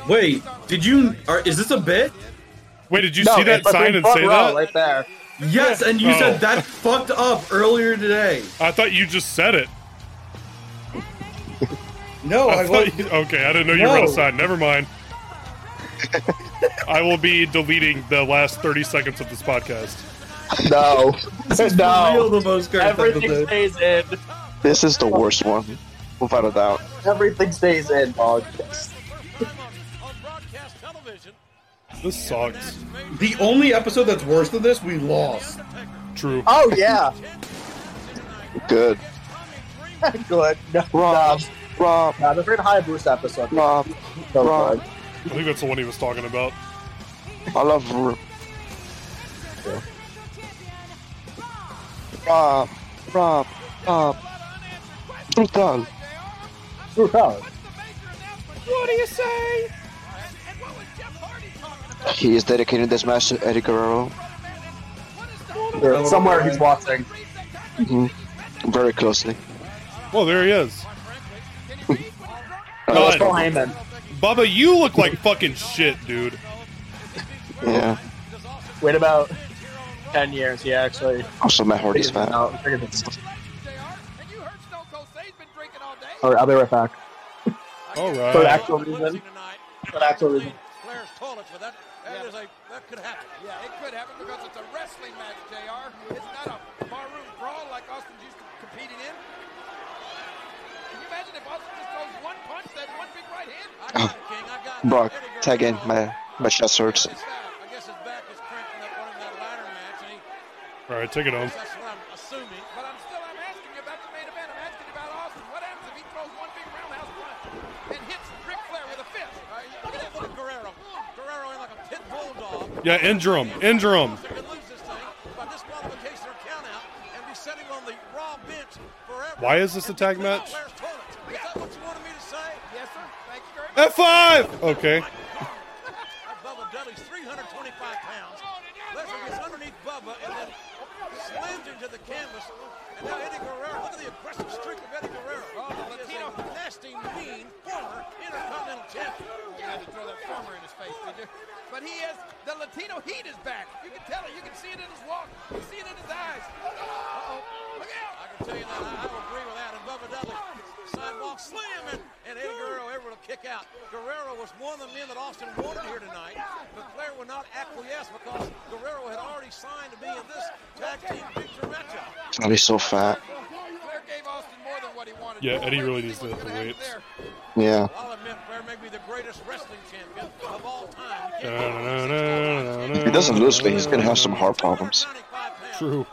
Wait, did you? Are, is this a bit?
Wait, did you
No,
see that
it's a
sign
big
and
front
say
row
that?
Right there.
Yes, and you
Oh.
said that's fucked up earlier today.
I thought you just said it.
No,
I
I,
thought
was.
Oh, you- okay, I didn't know you were
No.
on a sign. Never mind. I will be deleting the last 30 seconds of this podcast.
No.
No.
no.
the most
Everything stays in.
This is the worst one, without a doubt.
Everything stays in, dog.
This sucks.
The only episode that's worse than this, we lost.
True.
Oh yeah.
Good.
Good. No, Rob.
Rob.
Nah, the Great High Boost episode.
Rob.
No,
Rob.
God.
I think that's the one he was talking about.
I love Ru- Rob. Rob. Rob. Brutal.
Brutal.
What do you say?
He is dedicating this match to Eddie Guerrero.
There- Somewhere he's watching.
hmm Very closely.
Well, there he is.
Oh, that's Paul
Heyman.
Bubba, you look like fucking shit, dude.
Yeah.
Wait about ten years. He actually.
Also, Matt Hardy's
figured it
fat.
out, figured it out. All right, I'll be right back.
All
For an actual reason. For an actual reason.
Flair's toilets, but that that is a that could happen.
Yeah, it could happen because it's a wrestling match, JR. It's not a barroom brawl like Austin's used to competing in. Can you imagine if Austin just throws one punch, that one big right hand? I got it, King. I got it.
Oh. Brock, tag in. My, my chest hurts.
I guess his back is cramped from that one in that ladder match, and he,
All right, take it home.
that's what I'm assuming. But I'm still I'm asking you about the main event. I'm asking you about Austin. What happens if he throws one big roundhouse punch and hits Ric Flair with a fist? All right, look at that little Guerrero. Guerrero in like a pit bulldog.
Yeah, injure him. Injure him.
by disqualification or count out and be sitting on the raw bench forever.
Why is this a tag match?
Flair's toilets. Is that what you wanted me to say? Yes, sir. Thank you very
F5! Okay.
Bubba Dudley's 325 pounds. Lesnar gets underneath Bubba and then slams him to the canvas. And now Eddie Guerrero, look at the aggressive streak of Eddie Guerrero. Oh, the Latino. Nasty, mean, former Intercontinental Champion.
You had to throw that farmer in his face, did you? But he is the Latino heat is back. You can tell it. You can see it in his walk. You can see it in his eyes. Uh-oh. Look out!
I can tell you that I, I will agree with that. And Bubba Dudley, sidewalk slam, and, and Eddie Guerrero able to kick out. Guerrero was one of the men that Austin wanted here tonight, but Flair would not acquiesce because Guerrero had already signed to be in this tag team picture matchup.
He's so fat.
Flair gave Austin more than what he wanted.
Yeah, Eddie really needs to hit the weights.
Yeah.
I'll admit, Flair may be the greatest wrestling champion of all time.
If he doesn't lose weight, he's gonna have some heart problems.
True.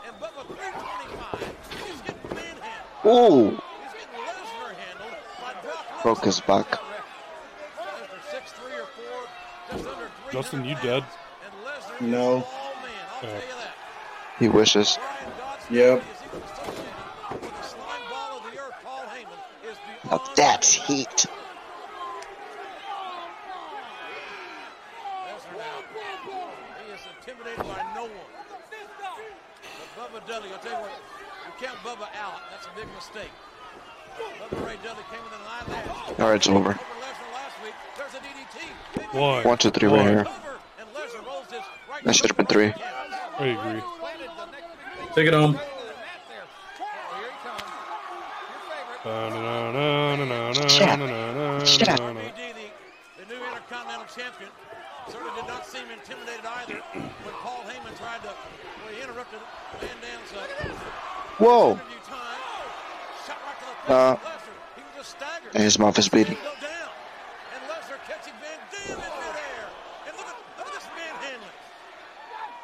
Ooh. Broke his back.
Justin, you dead?
No.
He wishes.
Yep.
Now that's heat.
He is intimidated by no one. But Bubba Dudley, I'll tell you what, you count Bubba out, that's a big mistake. Bubba Ray Dudley came within line last
All right, it's over.
week. There's a DDT.
One.
One, two, three, right here.
And Lesnar rolls his right
That should have been three.
I agree.
Take it home.
Da-na-na-na-na-na-na-na-na-na-na.
the new Intercontinental Champion. Certainly did not seem intimidated either when Paul Heyman tried to, well, he interrupted Van Damme's uh,
Whoa.
interview time. Shot right to the face
Uh,
of Lesnar. He was just staggered.
And his mouth is bleeding.
Go down. And Lesnar catching Van Dam in midair. And look at, look at this manhandling.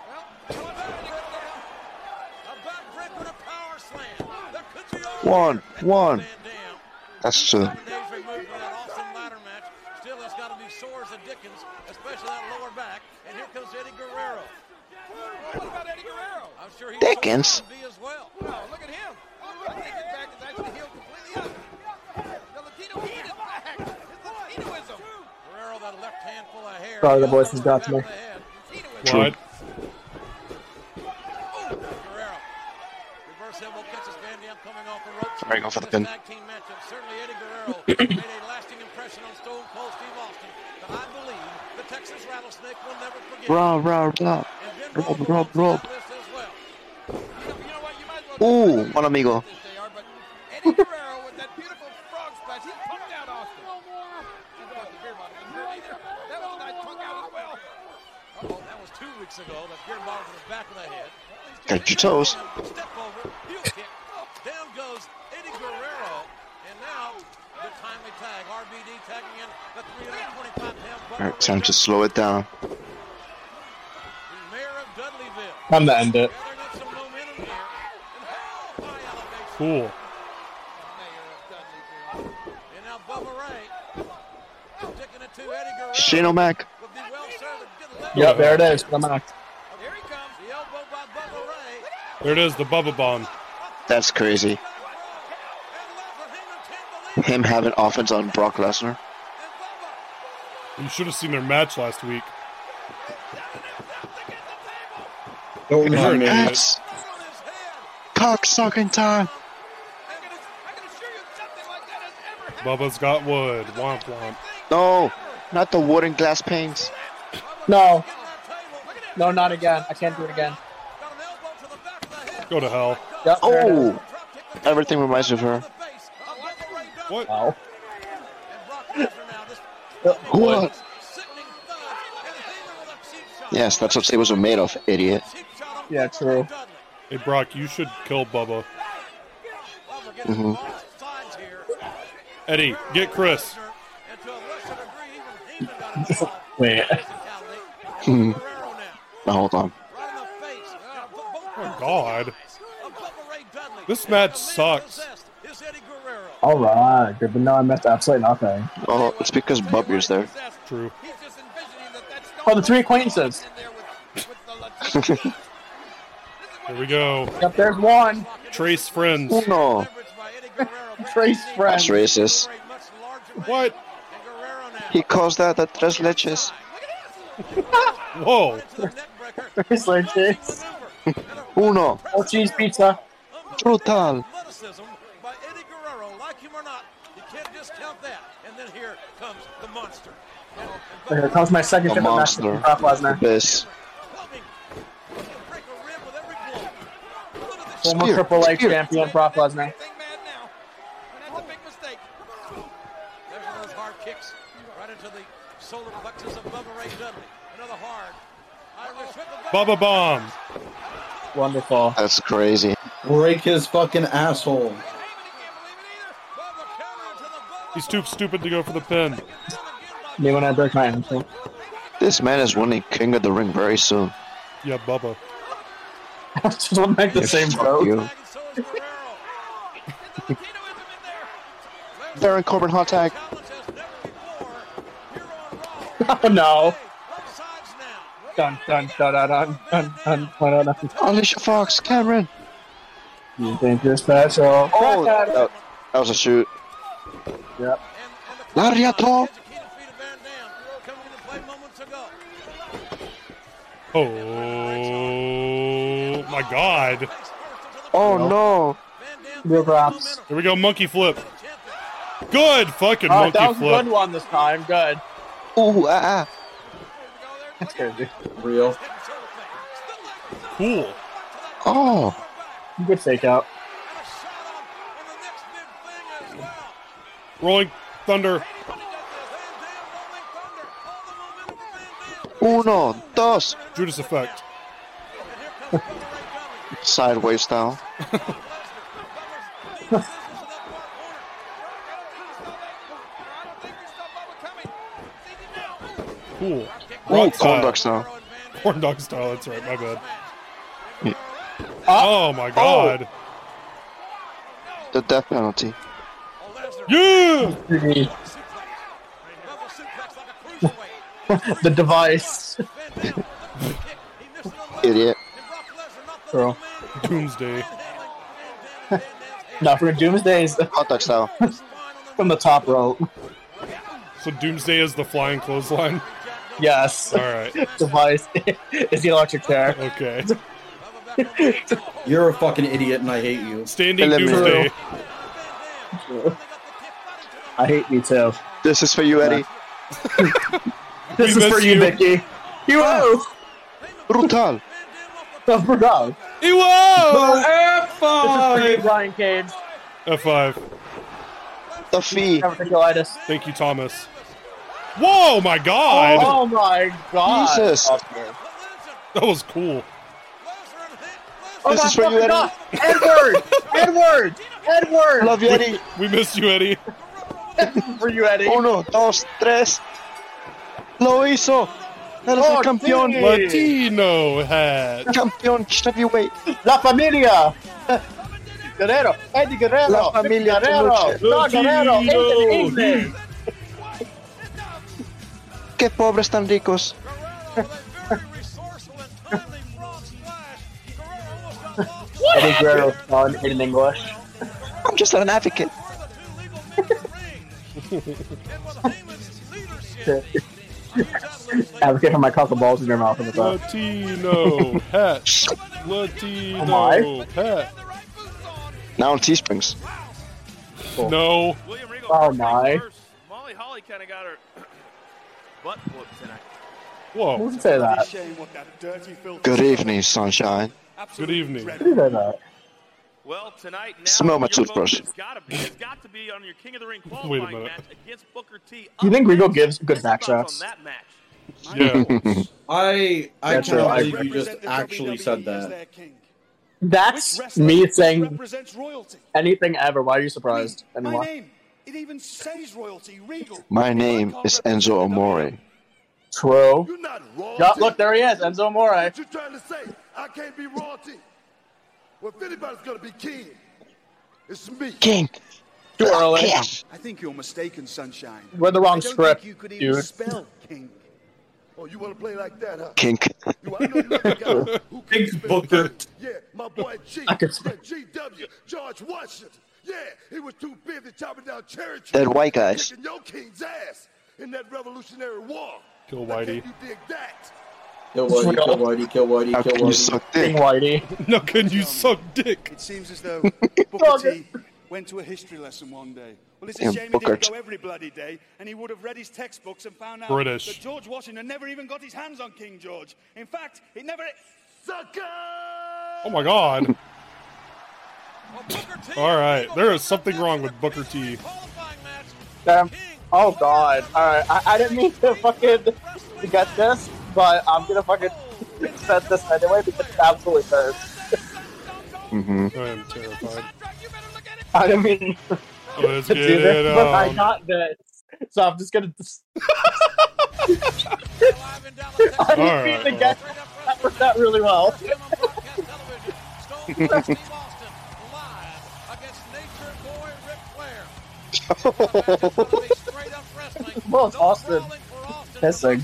Well, how about it? About Brett with a power slam. There could be all
One, one. That's two.
days removed from that Austin ladder match. Still, that's got to be sore as a Dickens, especially that lower back. And here comes Eddie Guerrero.
What about Eddie Guerrero?
I'm sure he's
Dickens?
as well.
Wow, look at him. I think his back is actually healed completely up. The Latino heat is back. His Latinoism.
Guerrero, that left handful of hair.
Sorry, the voice has got to me.
True.
What? Guerrero. Reverse elbow catches Van Dam coming off the ropes.
Sorry, go for the
This
pin.
tag team matchup. Certainly Eddie Guerrero made a lasting impression on Stone Cold Steve Austin. But I believe the Texas Rattlesnake will never forget.
Rob, Rob, Rob. Rob, Rob, Rob. Ooh, mon amigo.
Eddie Guerrero with that beautiful frog splash. He punked out Austin. He thought the beer bottle didn't hurt either. That was a nice punk out of
Oh, that was two weeks ago. That beer ball to the back of the head.
Catch your toes.
Step over, heel kick. Down goes Eddie Guerrero. And now the timely tag. RBD tagging in the 325 pound ball.
Alright, time to slow it down.
Time to end it.
Cool.
Shane O'Mac.
Yep, there it is. Come on.
There it is, the Bubba Bomb.
That's crazy. Him having offense on Brock Lesnar.
You should have seen their match last week.
Don't
You're an idiot.
That's cock sucking time.
Bubba's got wood. Womp womp.
No, not the wooden glass panes.
No. No, not again. I can't do it again.
Go to hell.
Yep, there it is.
Oh, everything reminds me of her.
What?
What? Yes, that's what tables were made of, idiot.
Yeah, true.
Hey, Brock, you should kill Bubba.
hmm
Eddie, get Chris.
Wait.
Hmm. Now hold on.
Oh, God. This match sucks.
All right, good, but no, I messed absolutely nothing.
Oh, it's because Bubby's there.
True.
Oh, the three acquaintances.
Here
we go.
Yep, there's one.
Trace friends.
No,
Trace
that's
friend.
racist.
What?
He calls that the tres leches.
Whoa.
Trace leches.
Uno.
Oh, cheese pizza.
Brutal.
Here comes my second
A
favorite match
monster.
from Brock Lesnar.
This.
Former
Spear,
Triple H
spear.
champion Brock Lesnar.
There's those hard kicks right into the solar plexus of Bubba Ray Dudley. Another hard. Irish triple
Bubba Bomb.
Wonderful.
That's crazy.
Break his fucking asshole.
He's too stupid to go for the pin.
Me when I break my ankle.
This man is winning King of the Ring very soon.
Yeah, Bubba.
I just want to make the
Yeah,
same
fuck
joke.
you. Baron Corbin hot tag.
Oh no. Dun dun dun dun dun dun dun dun dun. dun.
Alicia Fox, Cameron.
You think you're special?
Oh, that, that was a shoot.
Yep.
Lariato.
Oh my God.
Oh no.
Real props.
Here we go, monkey flip. Good fucking
Oh,
monkey
that was a
flip.
good one this time. Good.
Ooh, ah, ah.
That's crazy. Real.
Cool.
Oh.
Good fake out.
Rolling thunder.
Uno, dos.
Judas effect.
Sideways style.
Cool.
Ooh,
Rock
corn
style.
dog style.
Corn dog style. That's right. My bad.
Uh,
Yeah.
Oh my God.
The death penalty.
Yeah.
the device.
Idiot.
Girl.
Doomsday.
No, for Doomsday's
Hot dog style.
from the top rope.
So Doomsday is the flying clothesline.
Yes.
All right.
Device is the electric chair.
Okay.
You're a fucking idiot, and I hate you.
Standing
Eliminate.
Doomsday.
I hate you too.
This is for you, Eddie.
This
We
is for
miss
you,
you.
Vicky. You
Oh.
owe.
Brutal.
No, for now.
Whoa!
Ah,
This is for you,
F5!
Brian Cage.
F5.
The fee.
Diverticulitis.
Thank you, Thomas. Whoa, my God!
Oh my God!
Jesus.
That was cool.
Oh
This
my
is for you,
fucking
Eddie.
God. Edward! Edward! Edward!
Love you, Eddie.
We missed you, Eddie.
for you, Eddie.
Uno, dos, tres. Lo hizo. Eres el campeón.
Latino hat.
Campeón heavyweight.
La familia. Guerrero, Eddie Guerrero,
La familia
Guerrero,
Toluche.
Don Guerrero, Aiden English.
Qué pobres tan ricos.
oh,
Eddie Guerrero, Don Aiden English.
I'm just an advocate.
Advocate for my cockle balls in your mouth on the top.
Latino hat. Latino
Oh,
hat.
Now on Teesprings.
No.
Oh my!
Molly Holly kind of got her butt whooped tonight.
Whoa.
Wouldn't say that.
Shame what that dirty filth.
Good evening, sunshine.
Good evening.
Wouldn't say that.
Well, tonight now
Smell my
your focus
toothbrush.
has gotta be- has got to be on your King of the Ring
Wait
qualifying
a minute.
match against Booker T.
Do you think Regal gives good back shots?
That match.
I I
That's
can't
right.
believe you just actually said that.
That's me saying anything ever. Why are you surprised anymore?
It even says royalty, regal.
My name is Enzo Amore.
True. Yeah, look, there he is, Enzo Amore.
What you trying to say? I can't be royalty. Well, if anybody's gonna be king, it's me.
King.
Too early.
I think you're mistaken, Sunshine.
We're the wrong
I don't
script,
think you could even
dude.
spell king.
Oh, you wanna play like that, huh?
Kink.
You, I know another guy who can spell
Booker.
king. Yeah, my boy G.
I can spell-
Yeah, GW. George Washington. Yeah, he was too busy chopping down cherry trees.
That white guys.
Kicking your king's ass in that Revolutionary War.
Kill Whitey.
You dig that?
Kill Whitey, kill Whitey, kill Whitey,
How
kill
can you
Whitey.
suck
King
dick?
Whitey.
No, can you suck dick?
It seems as though Booker
Dog
T went to a history lesson one day. Well, it's a
Yeah,
shame he
Booker
didn't
T.
go every bloody day, and he would have read his textbooks and found out
British.
that George Washington never even got his hands on King George. In fact, he never.
Oh my God.
Booker T.
All right, there is something wrong with Booker T.
Damn. Oh god. Alright, I, I didn't mean to fucking to get this, but I'm gonna fucking set this anyway because it absolutely hurts.
Mm-hmm.
I am terrified.
I didn't mean to
Let's
do
get it
this, but I
on.
got this. So I'm just gonna.
All
I didn't mean to
Alright,
get that worked out really well. Well, it's Austin. Pissing.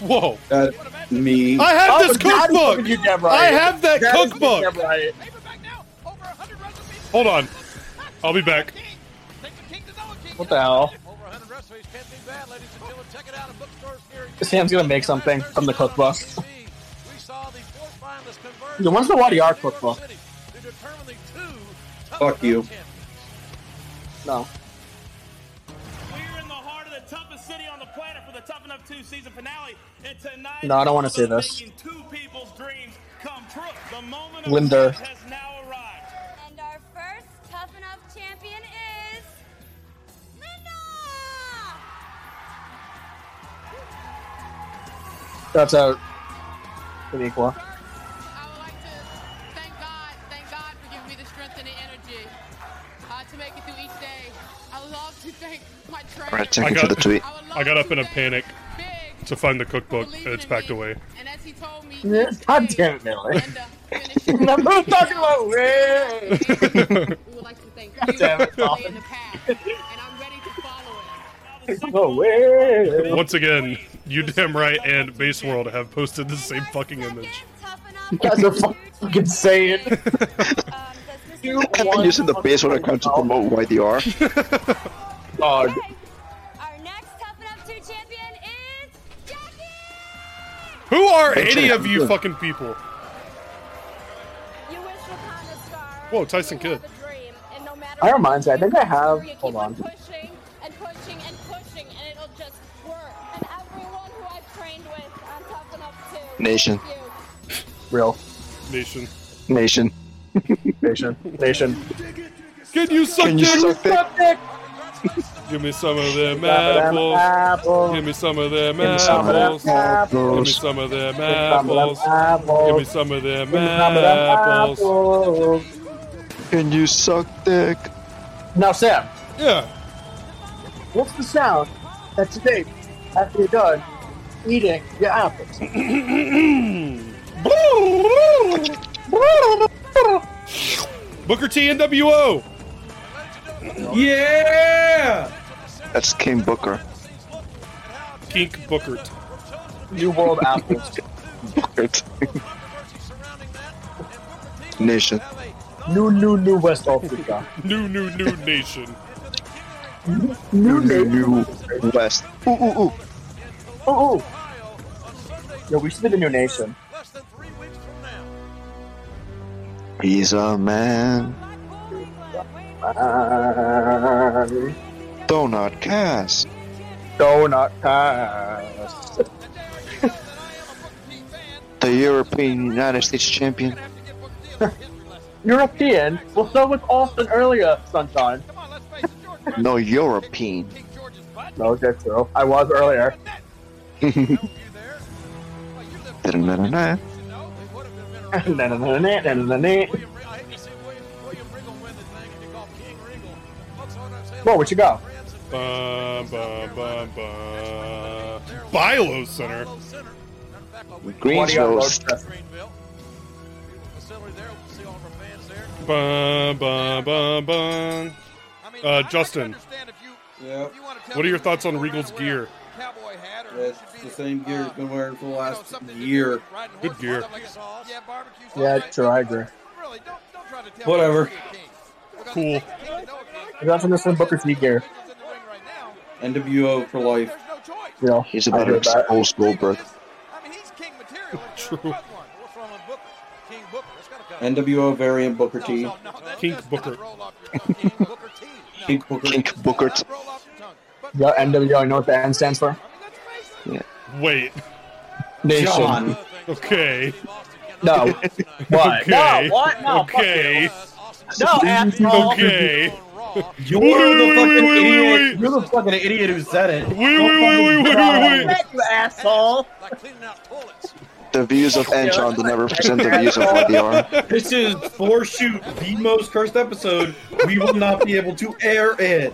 Whoa.
That's me.
I have
Oh,
this
God,
cookbook.
You damn right.
I have that
That is
cookbook.
damn right.
Hold on. I'll be back.
What the hell?
Over 100 recipes can't be bad, ladies and gentlemen. Check it out at bookstores near you.
Sam's gonna make something from the cookbook.
We saw the four finalists converge
Yeah, when's the YDR cookbook?
to New York City to determine the two top
Fuck you.
champions.
No.
We're in the heart of the toughest city on the planet for the Tough Enough 2 season finale. And tonight,
No, I don't wanna
it's
see
about
this.
making Two people's dreams come true. The moment of
Linder.
truth has now arrived.
And our first Tough Enough champion is Linda.
That's out. Pretty
I
equal.
would like to thank God, thank God for giving me the strength and the energy uh, to make it through each day. I would love to thank my trainer.
Alright, check into the tweet.
I would love
I got up
to
in a
thank
panic
Big
to find the cookbook.
for
and
believing
It's
in
packed
me.
away.
And as he told me,
Yeah,
each
God
day,
damn it, Miller.
Linda finished-
I'm not talking about Ray.
We would like to thank
God
you
damn it,
for
Austin.
laying the path, and I'm ready to follow it.
Oh, wait.
Once again, you damn right and Baseworld have posted the same fucking image.
Tough
You
Enough.
guys are fucking insane.
Um, does Mr.
You
Linda-
I've been using the base when I come to promote YDR.
Dog.
Okay. Our next Tough Enough 2 champion is Jackie.
Who are any of you fucking people?
You wish upon a star.
Whoa, Tyson
you have
Kidd.
a dream, and no matter
I
what
reminds me, I think I have-
you
hold
keep
on.
Pushing and pushing and pushing, and it'll just work. And everyone who I've trained with on Tough Enough 2.
Nation.
thank you.
Real.
Nation.
Nation.
Nation. Nation.
Can you suck
Can you
dick?
suck dick?
Fuck it.
Give me some of them
Give me some of them
apples.
apples.
Give me some of them
Give me some of them
apples. Give me
apples.
some of them
Give me some of them
apples. Give me some of them apples.
Can you suck dick?
Now, Sam.
Yeah.
What's the sound that you make after you're done eating your apples?
Booker T NWO. Yeah.
That's King Booker.
Pink Booker. T.
New World Apples.
Booker. T. Nation.
New, new, new West Africa.
New New New Nation.
New, new, new West. Ooh, ooh, ooh.
Ooh, ooh. Oh, Yo, we should be the new nation.
He's a man. Donut Cass.
Donut Cass.
The European United States champion.
European? Well, so was Austin earlier, Sunshine.
No, European.
No, that's true. I was earlier.
Da-da-da-da-da.
Whoa, what you got?
Bum, bum, bum, bum. Bilo Center.
Greensville.
Bum, bum, bum, bum. Uh, Justin.
Yeah.
What are your thoughts on Regal's gear?
That's the same gear he's been
uh,
wearing for the last year.
Good gear.
Yeah, true, I agree.
Whatever.
Cool.
I got from this one Booker T gear.
NWO for life.
Yeah,
He's about to expose Goldberg.
True.
NWO variant Booker T.
Kink Booker.
Pink Booker.
Pink Booker. T.
Yeah, NWO, I know what the N stands for.
Yeah.
Wait.
Nation.
John.
Okay.
No. what?
Okay.
No, what? No, fuck
okay.
you. No, asshole.
Okay.
You're
Wait, wait,
the fucking
wait, wait,
idiot.
wait.
You're the fucking idiot who said it.
Wait, wait, wait, wait, wait, wait, wait.
You asshole.
The views of Anton do not represent the views of YDR.
This is four shoot the most cursed episode. We will not be able to air it.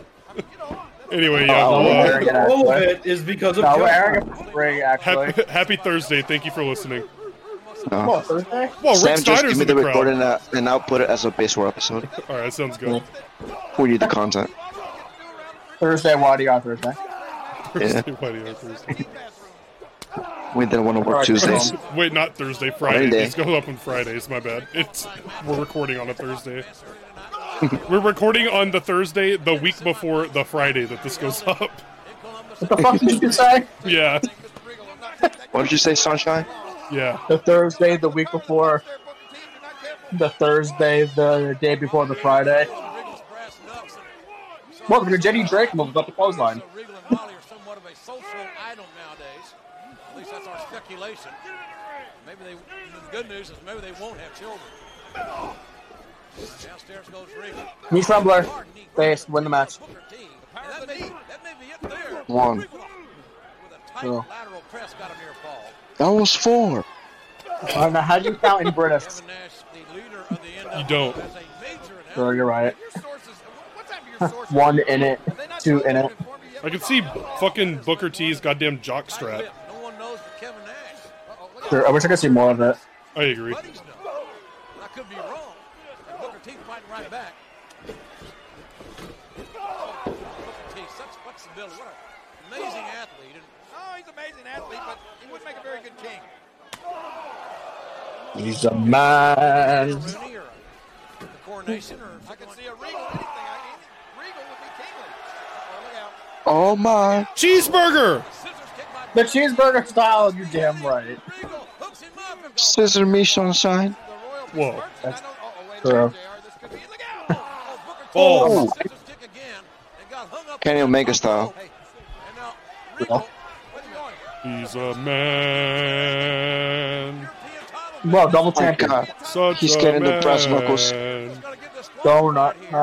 Anyway, yeah. Oh,
Oh,
well, uh,
there you go.
All of it is because of
No, we're
John.
airing a ring, actually.
happy, happy Thursday. Thank you for listening.
Come on,
No.
Oh, Thursday?
Well, Rick
Sam, just
Steiner's
give me
in
the
the, crowd.
recording uh, and I'll put it as a base war episode.
All right, sounds good.
We need the content.
Thursday, YDR Thursday.
Yeah.
Thursday, Friday, or Thursday.
We didn't want to work Tuesdays.
Wait, not Thursday, Friday.
Friday.
These go up on Fridays. My bad. It's we're recording on a Thursday. we're recording on the Thursday, the week before the Friday that this goes up.
What the fuck did you say?
Yeah,
What did you say, Sunshine?
yeah.
The Thursday, the week before. The Thursday, the day before the Friday. Welcome to Jenny Drake move about the clothesline.
At least that's our speculation. Maybe they. The good news is maybe they won't have children. Downstairs goes Regal.
Knee trembler. They win the match.
And that, may, that may be it there.
One.
So,
Lateral press got a near fall.
That was four.
I don't know how do you count in British.
You don't.
Sure, you're right. One in it, two in it.
I can see fucking Booker T's goddamn jock strap.
Sure, I wish I could see more of it.
I agree.
I could be wrong. And Booker T fighting right back. Booker T, such flexibility. What an amazing athlete. And
Oh, he's an amazing athlete, but he wouldn't make a very good king.
He's a man.
Rooney or the coronation or
I could see a Regal, anything. I mean, Regal would be kingly. Oh, look out.
Oh my.
Cheeseburger.
The cheeseburger style, you damn right.
Scissor me, Sunshine.
Whoa.
That's true.
Oh.
kick again and got hung up.
Kenny Omega style.
And now,
He's a man. Hmm.
Well, double uh,
Oh my
champion.
god.
Such
He's
a
getting the brass
man.
knuckles.
going to give this
Donut. Ah.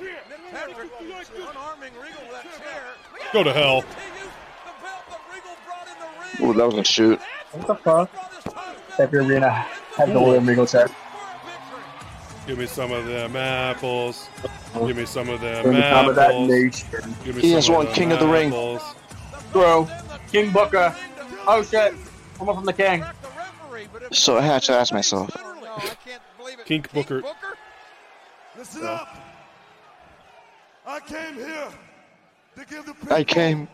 Nick after it, unarming Regal with that chair.
Go to hell.
Ooh, that was a shoot.
What the fuck? Happy Arena had the William Regal check.
Give me some of them apples.
Uh-huh.
Give me some of them
Give me some of that
apples.
nature.
Give me
He
some
has
of
won
them
King of the Ring.
apples.
Bro, King Booker. Oh shit, I'm up from the king.
So I had to ask myself.
Kink Booker.
Listen up. I came here to give the people
I came.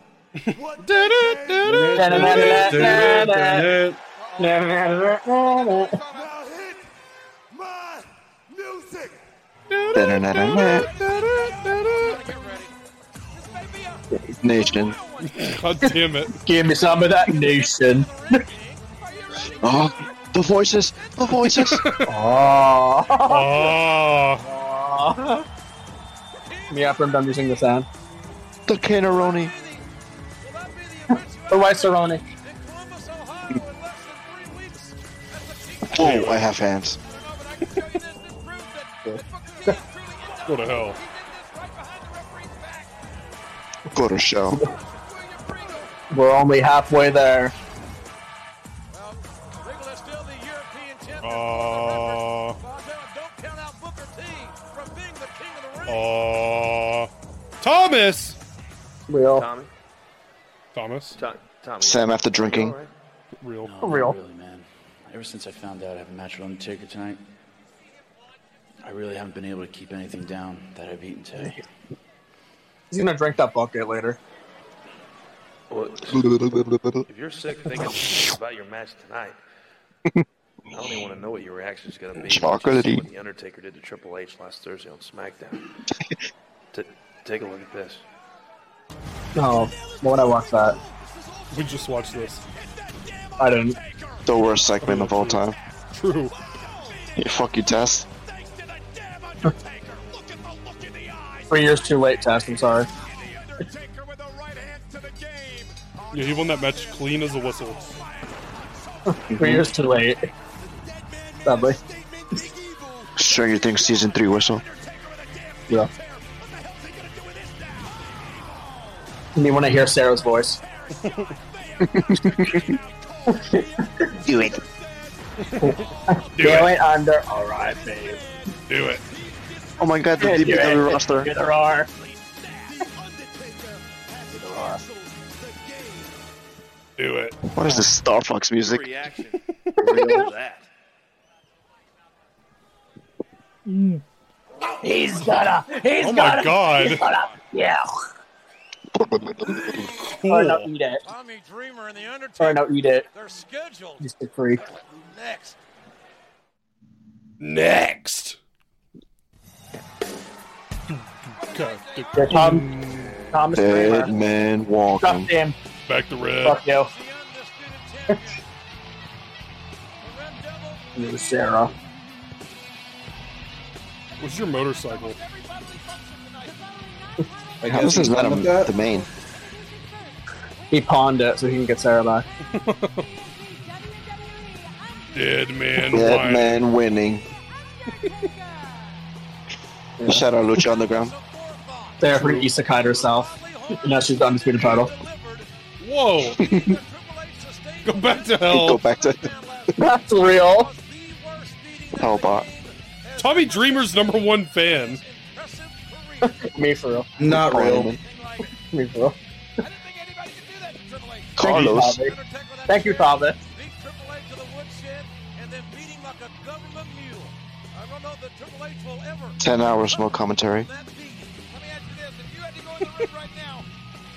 what they gave. Now hit my music.
Nation.
God damn it.
Give me some of that nation.
Oh, the voices. The voices.
Oh.
Me after I'm done using the sound.
The Canaroni.
The White Cerrone.
Oh, I have hands.
Go to hell.
Go to show.
We're only halfway there.
Uh, Oh. uh, Thomas.
Real.
Tommy. Thomas.
Tommy.
Sam after drinking.
Real.
No, not
Real.
Really, man. Ever since I found out I have a match with Undertaker tonight, I really haven't been able to keep anything down that I've eaten today.
He's gonna drink that bucket later.
If you're sick thinking about your match tonight, I don't even want to know what your reaction's going to be.
Chocolatey.
Just see What the Undertaker did to Triple H last Thursday on SmackDown. T- take a look at this.
No, why would I watch that?
We just watched this.
I didn't.
The worst segment of all time.
True.
Yeah, fuck you, Tess.
Three years too late, Test. I'm sorry.
Yeah, he won that match clean as a whistle.
Three years too late. Sadly.
Stranger Things season three whistle.
Yeah. And you want to hear Sarah's voice.
Do it.
Do it under. All right, babe.
Do it.
Oh my god, the
Yeah, do
DPW
it.
roster.
Yeah, there are.
Do it.
What is this Star Fox music?
Reaction. Real that.
He's gonna. He's
Oh
gonna.
my God.
He's gonna. Yeah.
Cool.
Or no, eat it. Or no, eat it.
They're scheduled
He's a freak.
next.
Next.
Yeah, Tom. Thomas
Dead
Kramer.
man
Fuck
walking.
him.
Back to red.
Fuck you. You're Sarah.
What's your motorcycle?
I
How
guess
this is
he's
not
done
a,
with that.
the main.
He pawned it so he can get Sarah back.
Dead man.
Dead
whining.
man winning. Shout out Lucha Underground.
Sarah pretty isekai'd herself. And Um. Oh. now she's the undisputed title.
Whoa. Go back to
Go
hell.
back to
That's real.
Hellbot.
Tommy Dreamer's number one fan.
Me for real.
Not real.
Parliament.
Me for real.
Carlos.
Thank you, Tommy. Thank you, Tommy.
Beat Triple H to the woodshed and then beat him like a government mule. I don't know that Triple H will ever.
Ten hours, no commentary.
That beat.
Let me ask you this: If you had to go in the ring right now,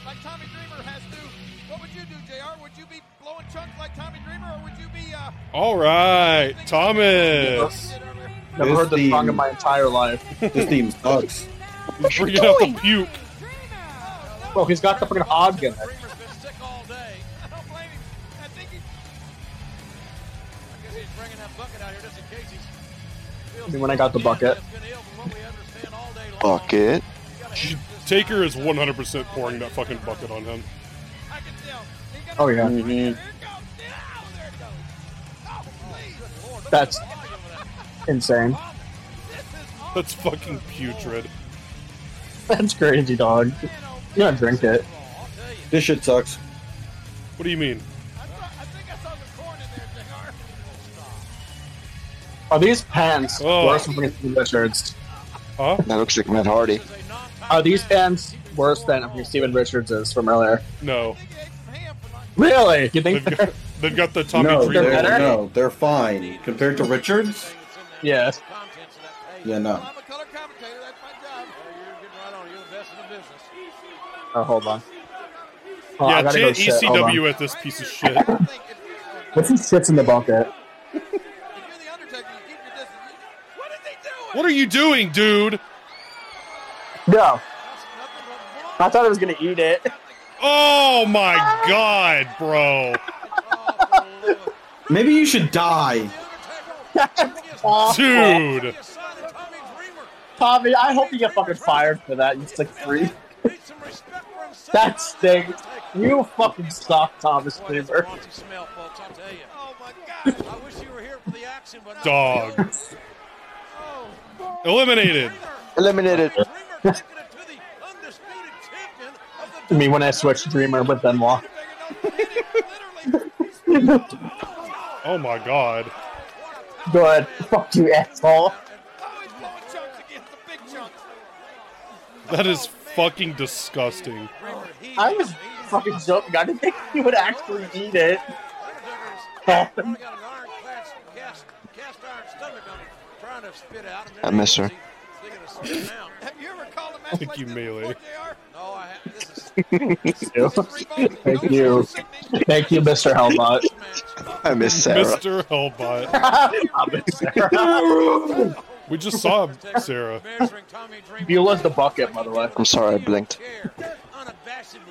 like Tommy Dreamer has to, what would you do, Jr.? Would you be blowing chunks like Tommy Dreamer, or would you be? Uh,
All right, Thomas.
Never
This
heard this
theme-
song in my entire life.
This theme sucks.
Bringing out the puke.
Bro, he's got the fucking hog in it.
I guess he's bringing that bucket out here just in case he's.
I mean, when I got the bucket.
Bucket.
Taker is 100% pouring that fucking bucket on him.
Oh yeah. That's insane.
That's fucking putrid.
That's crazy, dog. You gotta drink it.
This shit sucks.
What do you mean?
Are these pants
Oh.
worse than freaking Richards?
Huh?
That looks like Matt Hardy.
Are these pants worse than freaking Steven Richards is from earlier?
No.
Really? You think?
They've got, they've got the Tommy
no,
Dreamer.
they're, no, they're fine compared to Richards.
Yeah.
Yeah, no.
Oh, hold on. Oh, I
yeah, E
gotta go
chant
shit. Hold on.
ECW at this piece of shit. uh,
What's he shits in the bucket?
what are you doing, dude?
No. I thought I was gonna eat it.
Oh my god, bro.
Maybe you should die.
Dude.
Tommy, I hope you get fucking fired for that. You sick free. that stinks. You fucking suck, Thomas Cleaver.
Oh, Dog. Eliminated.
Eliminated.
I mean, when I switched Dreamer with Benoit.
Oh my god.
Good. Fuck you, asshole.
That is fucking disgusting.
I was fucking joking. I didn't think you would actually eat it. Dolphin.
I miss her.
Thank you, Melee.
Thank you. Thank you, Mr. Hellbot.
I miss Sarah.
Mr. Hellbot.
I miss Sarah.
We just saw Sarah.
Beulah's the bucket, by the way.
I'm sorry, I blinked.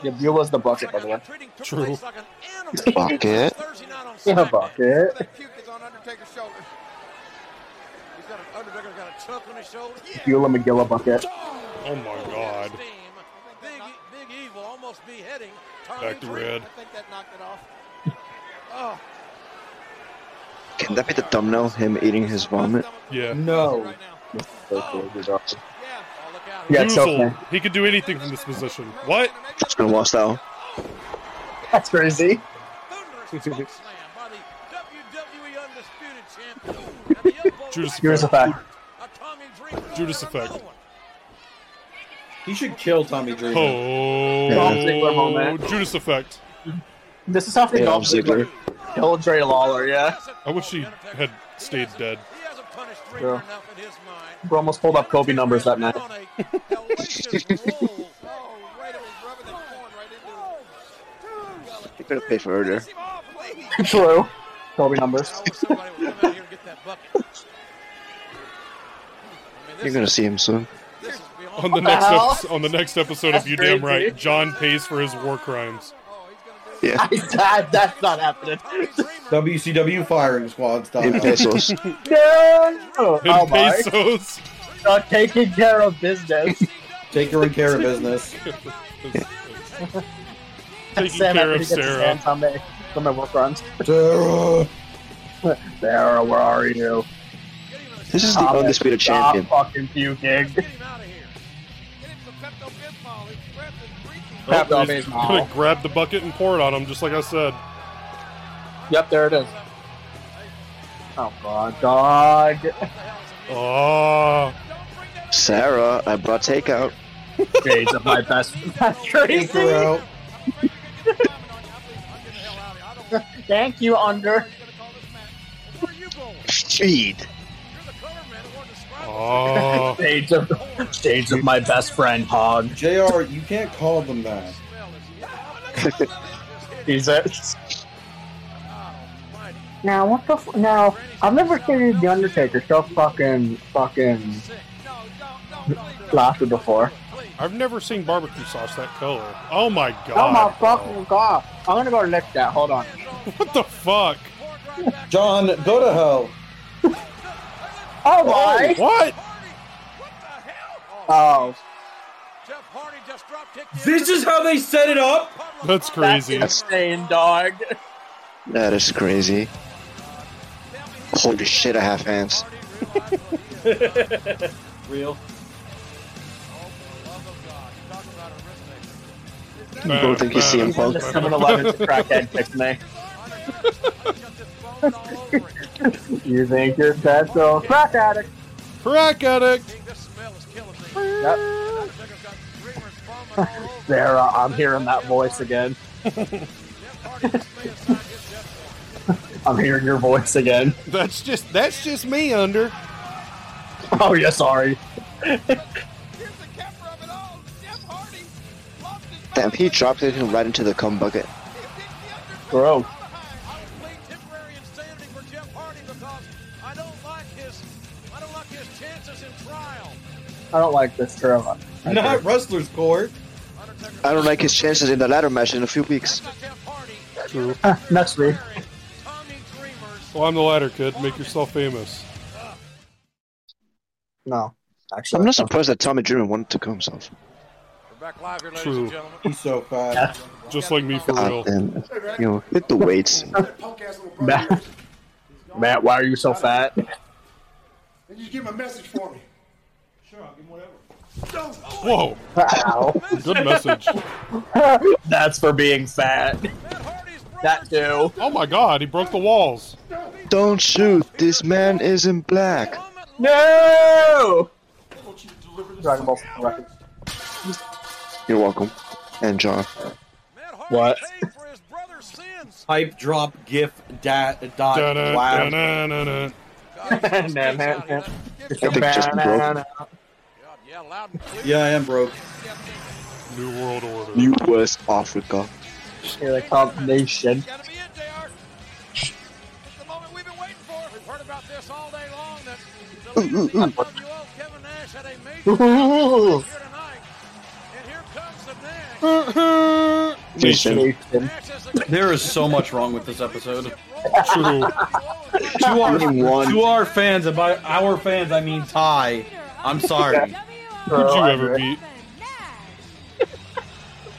Yeah, Beulah's the bucket, by the way.
True.
Bucket.
Yeah, bucket.
Undertaker's got a chunk on his shoulder.
Beulah McGilla bucket.
Oh my god.
Big Evil almost beheading Tommy
Back to
Dreamer.
red.
I think that knocked it off. Oh,
Can that be the thumbnail? Him eating his vomit?
Yeah.
No.
Oh. Yeah, it's
Boozled.
okay.
He could do anything from this position. What?
It's been a while style.
That's crazy.
E Judas
Here's a
effect.
fact.
Judas effect.
He should kill Tommy Dreamer.
Ziggler
Oh,
moment.
Judas effect.
This is off the
Yeah,
golf
Ziggler.
Kill Dre Lawler, yeah.
I wish he had stayed dead.
yeah. We almost pulled up Kobe numbers that night.
Oh,
He could have paid for earlier.
True. Kobe numbers.
You're gonna see him soon.
On the next
Well,
episode, on the next episode of
that's
You Damn
crazy.
Right, John pays for his war crimes.
Yeah.
that, that's not happening.
WCW firing squad style.
In pesos.
No! Oh
In
my.
pesos.
Uh, taking care of business.
Taking care of business.
Taking
Sam, I
care
think
of
it's Sam
Sarah.
on my, on my work runs.
Sarah.
Sarah, where are you?
This is the
Thomas,
undisputed
stop
champion.
fucking puking. Crap,
Oh,
dog
he's
is
gonna
now.
grab the bucket and pour it on him, just like I said.
Yep, there it is. Oh god, dog.
Oh,
Sarah, I brought takeout.
Days of my best. That's crazy.
Out.
Thank you, Under.
Cheat.
oh.
Shades of, shades of my best friend, Hog.
JR, you can't call them that.
Jesus. Now what the f- now? I've never seen the Undertaker so fucking fucking laughter before.
I've never seen barbecue sauce that color. Oh my god.
Oh my
bro.
fucking god! I'm gonna go lick that. Hold on.
What the fuck?
John, go to hell.
Oh my!
What?
Oh,
This is how they set it up?
That's crazy.
That's insane, dog.
That is crazy. Holy shit, I have hands.
Real.
You both think you see him, Paul?
The 7 Eleven's crackhead picked me. you think you're that old crack addict?
Crack addict!
Yep. Sarah, I'm hearing that voice again. I'm hearing your voice again.
That's just that's just me under.
Oh, yeah, sorry.
Damn, he dropped it and right into the cum bucket.
Bro. I don't like this Trevor.
Not wrestler's court.
I don't like his chances in the ladder match in a few weeks.
True.
Next week.
Climb the ladder, kid. Make yourself famous.
No, actually,
I'm not surprised that Tommy Dreamer wanted to kill himself.
Back live here, ladies
True.
and gentlemen.
He's so fat.
Just like me for
God
real.
damn. You know, hit the weights.
Matt, Matt, why are you so fat?
Then you give him a message for me. Sure, I'll give him whatever.
Whoa.
Ow.
Good message.
That's for being fat. That too.
Oh my god, he broke the walls.
Don't shoot. This man isn't black.
No! Dragon Ball for the record.
You're welcome. And John.
What? Pipe drop gif dat dot
Da-da,
wow.
da-da-da-da.
I think Justin broke.
Yeah, I am broke.
New World Order.
U.S. Africa.
You're the combination.
Ooh, ooh, ooh. Nation.
There is so much wrong with this episode.
True.
To our,
Anyone.
to our fans, and by our fans, I mean Ty.
E,
I'm sorry.
Could you ever beat?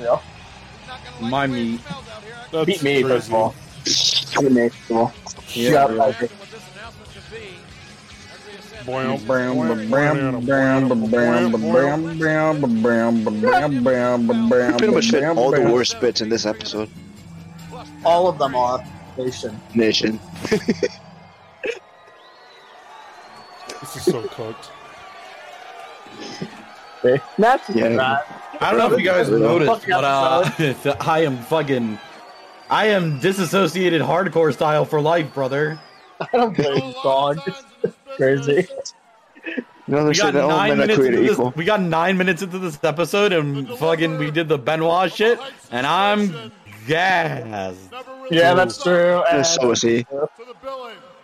Yeah.
My meat.
That's
Beat me, first
crazy.
of all. Beat me, first of all.
Yeah,
Shut
bro.
up.
Boing,
Bam,
boing,
bam, bam, bam, bam, bam, bam, bam, bam, bam, bam, bam, bam,
You pretty much hit
bam,
all the
bam.
worst bits in this episode.
All of them are nation.
Nation.
This is so cooked.
That's
Yeah.
I don't know if you guys
Fuck
noticed, but
episode.
uh, I am fucking. I am disassociated hardcore style for life, brother.
I don't blame you, dog. Crazy.
You know, they
We
say
got,
that all
nine
men are
minutes into
created
this,
equal.
we got nine minutes into this episode and fucking we did the Benoit shit and I'm gassed.
Yeah, that's true.
Yeah,
And
so is he.
I don't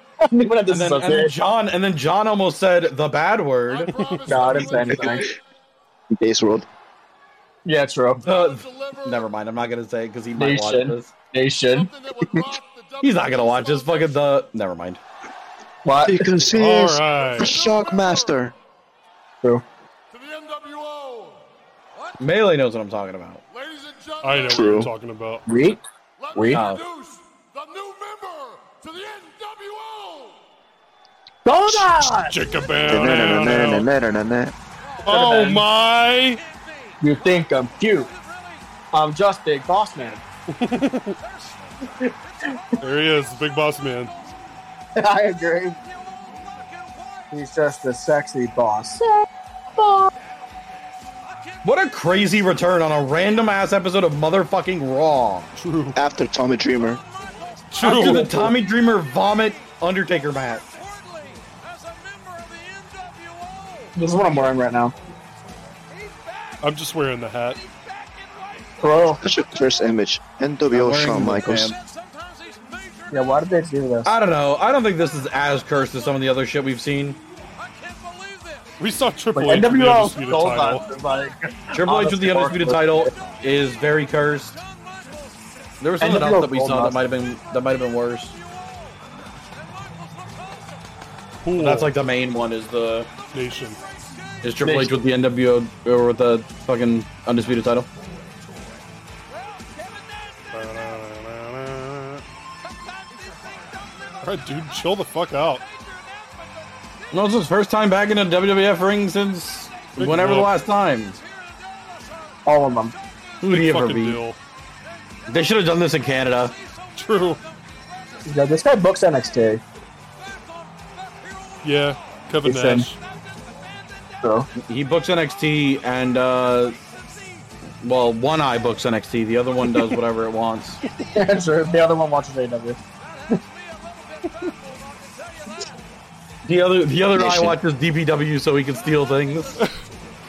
even have to
And then, and then
associate.
John and then John almost said the bad word.
No, I didn't say anything.
Base world.
Yeah, true.
The- never mind, I'm not gonna say it because he might watch
Nation.
this.
Nation.
He's not gonna watch this. Fucking the never mind.
What?
You can see
All
his
right.
Shockmaster.
True.
Melee knows what I'm talking about.
I know what
True.
you're talking about.
Reek? Reek? Hold
Chicka
Da-na-na-na-na-na-na-na.
Oh my!
on! You think I'm cute? I'm just big boss man.
There he is, the big boss man.
I agree. He's just a sexy boss.
What a crazy return on a random ass episode of motherfucking Raw.
True.
After Tommy Dreamer.
After
True.
the Tommy Dreamer vomit Undertaker match.
This is what I'm wearing right now.
I'm just wearing the hat.
Bro.
That's your first image. NWO
I'm wearing
Shawn
the
Michaels.
damn-
Yeah, why did they do this?
I don't know. I don't think this is as cursed as some of the other shit we've seen.
We saw Triple
Like,
H with the
NWO
Undisputed
sold
title.
us, like,
Triple H with
honestly,
the undisputed title
Mark
is very cursed. There was something
And
else that we
Gold
saw that
Dust.
might have been that might have been worse.
Cool.
That's like the main one is the
nation.
is Triple H with the NWO or with the fucking undisputed title.
Alright, dude, chill the fuck out.
No, this is his first time back in a WWF ring since
Big
whenever the
Mac.
last time.
All of them.
Who'd he ever
Fucking
beat?
Dill.
They should have done this in Canada.
True.
Yeah, this guy books NXT.
Yeah, Kevin
It's him.
Nash.
He books NXT and uh well, one eye books NXT, the other one does whatever it wants.
Yeah, sure. The other one watches E AW.
The other the other eye
Nation.
watches DBW so he can steal things.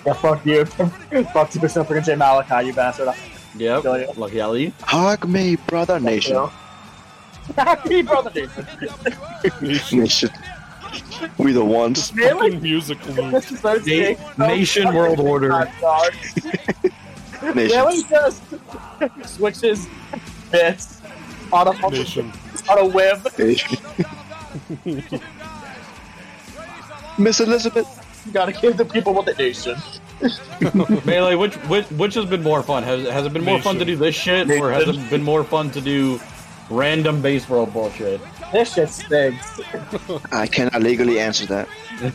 Yeah, fuck you. fuck you, Mr. Freaking Jay Malachi, you bastard.
Yep. Lucky Ali.
Hug me, brother nation.
Happy brother Jason.
nation. We the ones.
Fucking music loop.
This is so sick.
Nation World Order.
Really just switches bits on a
Nation.
on a whim.
Miss Elizabeth.
You gotta give the people what they nation.
Melee, which, which which has been more fun? Has has it been more fun to do this shit or has it been more fun to do random baseball bullshit?
This shit stinks.
I cannot legally answer that.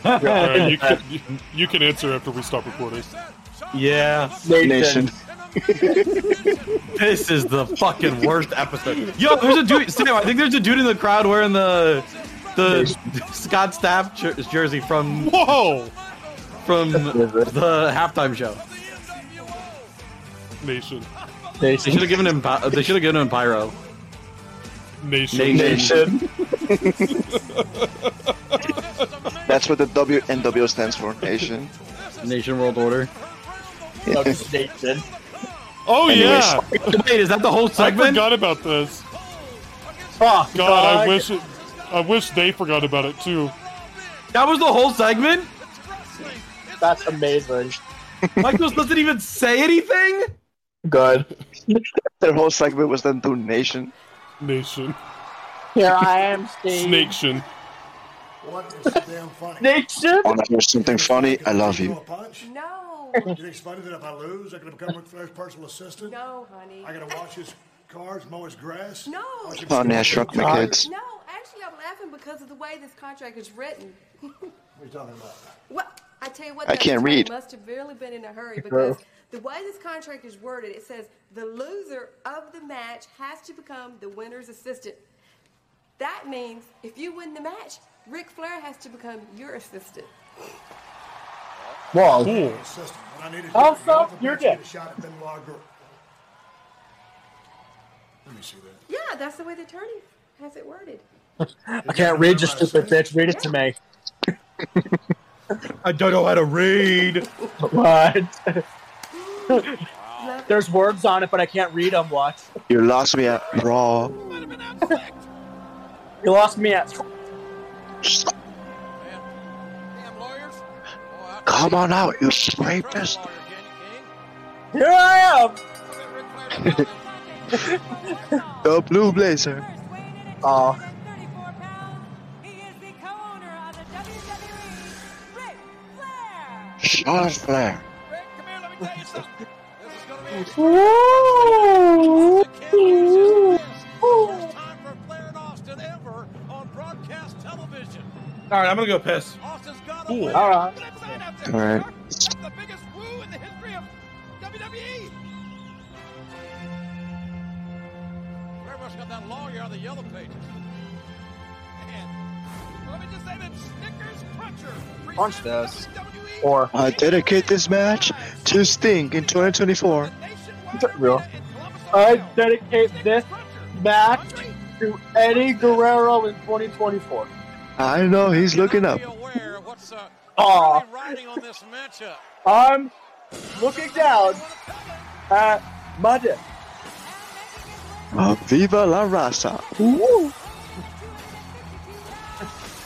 Alright, you, can, you, you can answer after we stop recording.
Yeah.
Nation.
this is the fucking worst episode. Yo, there's a dude. Sam, I think there's a dude in the crowd wearing the the Scott Staff jer- jersey from
Whoa
from the halftime show.
Nation.
They should have given him. pi- They should have given him pyro.
Nation.
Nation. That's what the WNW stands for, nation.
Nation World Order.
Nation.
Oh yeah.
Wait, is that the whole
I
segment?
forgot about this.
Fuck.
God, I
dog.
wish it, I wish they forgot about it too.
That was the whole segment.
That's amazing.
Michaels doesn't even say anything.
God. Their whole segment was then to nation.
Nation.
Here I am, Steve.
Snaketion.
What is so damn funny?
Nation.
Want to hear something funny? I love
You
you.
a punch? No. You think it's funny that if I lose, I can become Ric Flair's personal assistant? No, honey. I gotta wash his cars, mow his grass. No.
Funny, I shrunk my kids.
No, actually, I'm laughing because of the way this contract is written.
What are you talking about?
Well, I tell you what,
I
that
can't
attorney
read.
Must have really been in a hurry
No.
because the way this contract is worded, it says the loser of the match has to become the winner's assistant. That means if you win the match, Ric Flair has to become your assistant.
Whoa.
Assistant. What I needed to
I'll
do was
stop
get
your
a
dick.
Shot at Benoit Lager. Let me see that.
Yeah, that's the way the attorney has it worded.
I can't read you, stupid bitch. Read it to me. I don't know how to read. What? There's words on it, but I can't read them. What?
You lost me at Raw.
You lost me at.
Come on out, you rapist.
Here I am.
the blue blazer.
Oh.
E,
Charlotte Flair.
All right, I'm gonna go piss.
Cool.
All
right.
All right.
E. Very much got that lawyer on the yellow pages. And let me just say that Snickers Cruncher.
Punch this.
E
Or.
I dedicate this match to Sting in 2024.
Real. I dedicate this match to Eddie Guerrero in 2024.
I know he's looking up.
Aw.
uh, Riding on this matchup.
I'm looking down at my dick.
Uh, Viva la raza.
Ooh.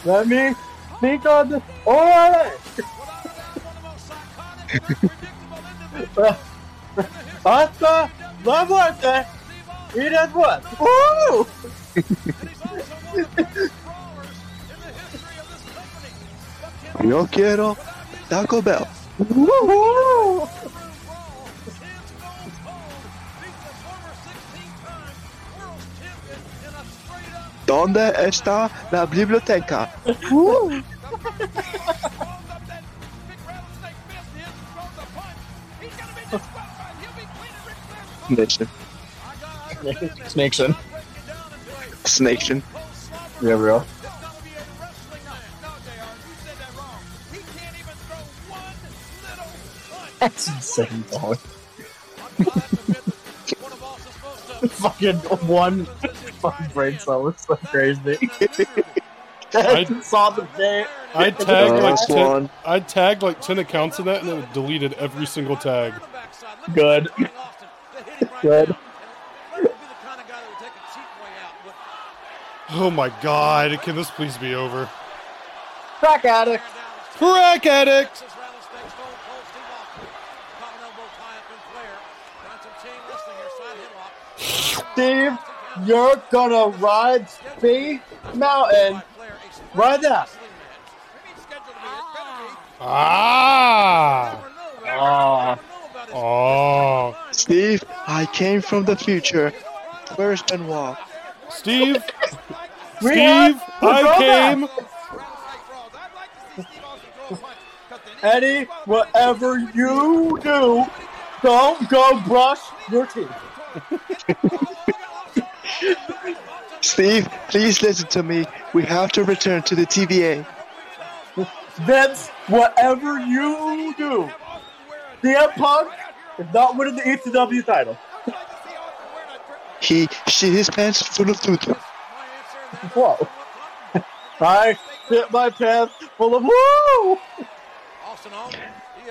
Let me think on the. Alright! Hasta la muerte! He does what? Ooh!
Yo quiero Taco Bell.
Woo!
Donde está la biblioteca?
Woo!
Nation.
Snakeshin.
Snakeshin.
Yeah, bro. That's insane, dog. fucking one fucking brain cell. It's so crazy. I saw the day.
I tagged
Oh,
like ten,
Swan.
I tagged like ten accounts in that, and it deleted every single tag.
Good.
Good. Oh my god! Can this please be over?
Crack addict.
Crack addict.
Steve, you're gonna ride the mountain. Ride that.
Ah.
Ah.
Oh.
Steve, I came from the future. Where's Benoit?
Steve.
We
Steve,
have the
I
drawback.
came.
Eddie, whatever you do, don't go brush your teeth.
Steve, please listen to me. We have to return to the TVA.
Vince, whatever you do, CM Punk is not winning the ECW title.
He shit his pants full of tutu.
Whoa. I shit my pants full of woo! Oh,
Ah.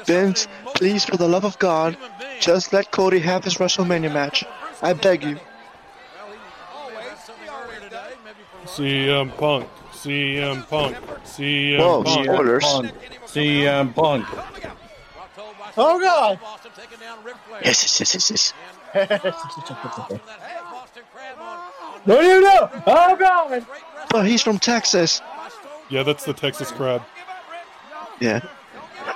Vince, please, for the love of God, just let Cody have his WrestleMania match. I beg you.
CM Punk. CM Punk. CM
Whoa,
Punk.
spoilers.
CM Punk.
Oh god!
Yes, yes, yes, yes,
No, you know! Oh god!
yes. But he's from Texas.
Yeah, that's the Texas crowd.
Yeah.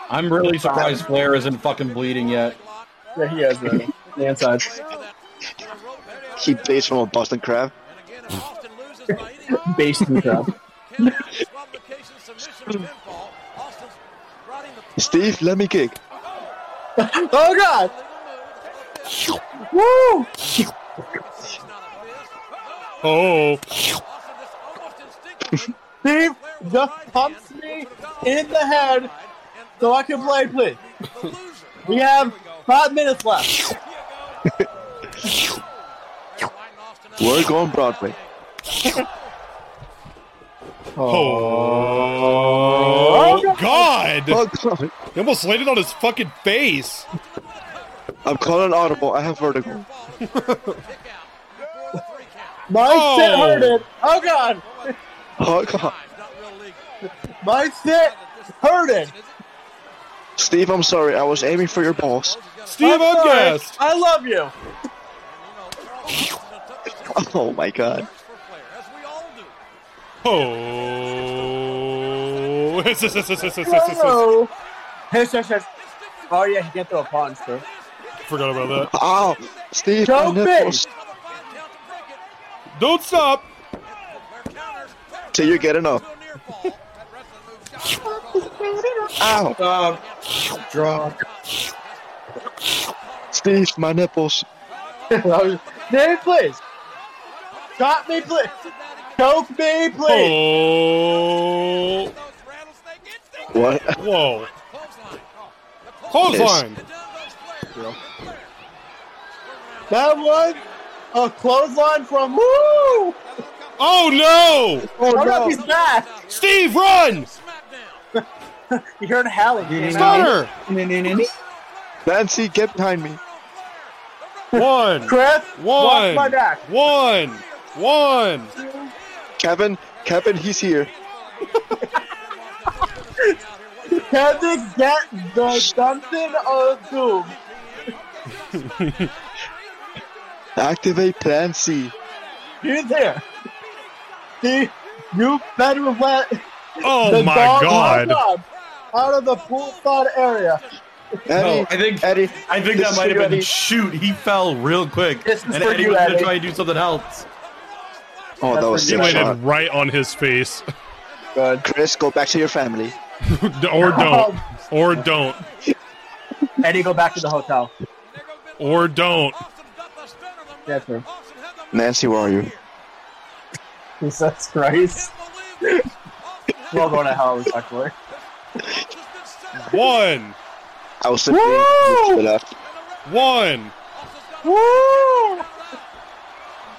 I'm really surprised Flair isn't fucking bleeding yet.
Yeah, he has the, the inside.
He plays from a Boston crab.
Based in crab.
Steve, let me kick.
Oh god! Woo!
Oh.
Steve just pumps me in the head so I can play, please. We have five minutes left.
Work on Broadway.
Oh,
Oh,
God!
Oh, God.
He almost landed on his fucking face.
I'm calling audible. I have vertigo.
My
Oh.
sit hurted. Oh god!
Oh God.
My sit hurted.
Steve, I'm sorry. I was aiming for your balls.
I'm
Steve
sorry.
Upcast.
I love you.
Oh my God.
Oh. Hiss, hiss, hiss, hiss, hiss, hiss, hiss, hiss.
Hello. Hiss, hiss, hiss. Oh yeah, he can't throw a punch, bro.
Forgot about that.
Ow, Steve,
Don't
my nipples.
Don't stop.
Till you get enough. Ow.
Um, draw.
Steve, my nipples.
Dave, please. Stop me, please. Choke me, please.
Oh.
What?
Whoa. Clothesline. Oh.
That was a clothesline from Woo!
Oh no!
Oh, no. he's back.
Steve, run!
You heard howling.
Stunner!
Nancy, get behind me.
One,
Chris, watch
one,
my back.
one, one.
Kevin, Kevin, he's here.
Can they get the dungeon of doom?
Activate Plan C.
He's there. See, you better let
Oh
the
my
dog
god!
Hot Rod out of the poolside area.
Eddie,
No, I think
Eddie,
I think
this
that might
is
have been
Eddie.
shoot. He fell real quick,
This is
and
for
Eddie
you,
was
Eddie.
gonna try to do something else.
Oh, that was
He
sick
landed
shot.
right on his face.
Good. Chris, go back to your family.
or don't. Or don't.
Eddie, go back to the hotel.
Or don't.
Yeah, true.
Nancy, where are you?
Jesus Christ. We're all going to hell, respectfully.
One.
I was simply to the left.
One.
Woo!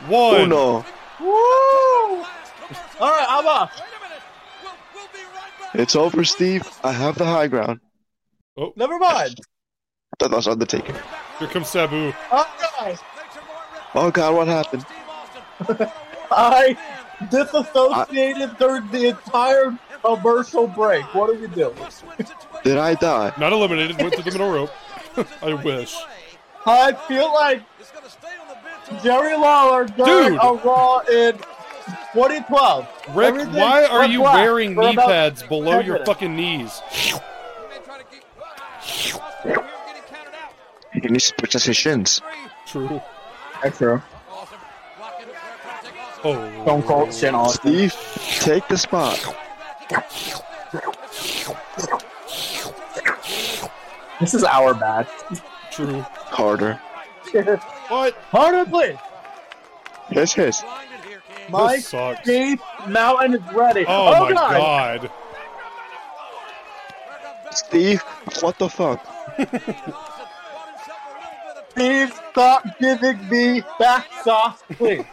One.
Oh,
Uno.
Woo! All right, I'm up.
It's over, Steve. I have the high ground.
Oh,
Never mind.
I thought that was Undertaker.
here comes Sabu.
Oh, God.
Oh God, what happened?
I disassociated during the entire commercial break. What do we do?
Did I die?
Not eliminated. Went to the middle rope. I wish.
I feel like Jerry Lawler during
Dude.
a Raw in 2012.
Rick,
Everything
why are
went
you
black
wearing
for
knee
about
pads below
10
your
minutes.
fucking knees?
He needs to protect his shins.
True.
Extra.
Oh.
Stone Cold Shin Austin.
Steve, take the spot.
This is our match.
True.
Harder.
What?
Harder, please.
Yes, yes.
My
sucks.
Steve Mountain is ready.
Oh, my
God.
god.
Steve, what the fuck?
Steve, stop giving me back sauce, please.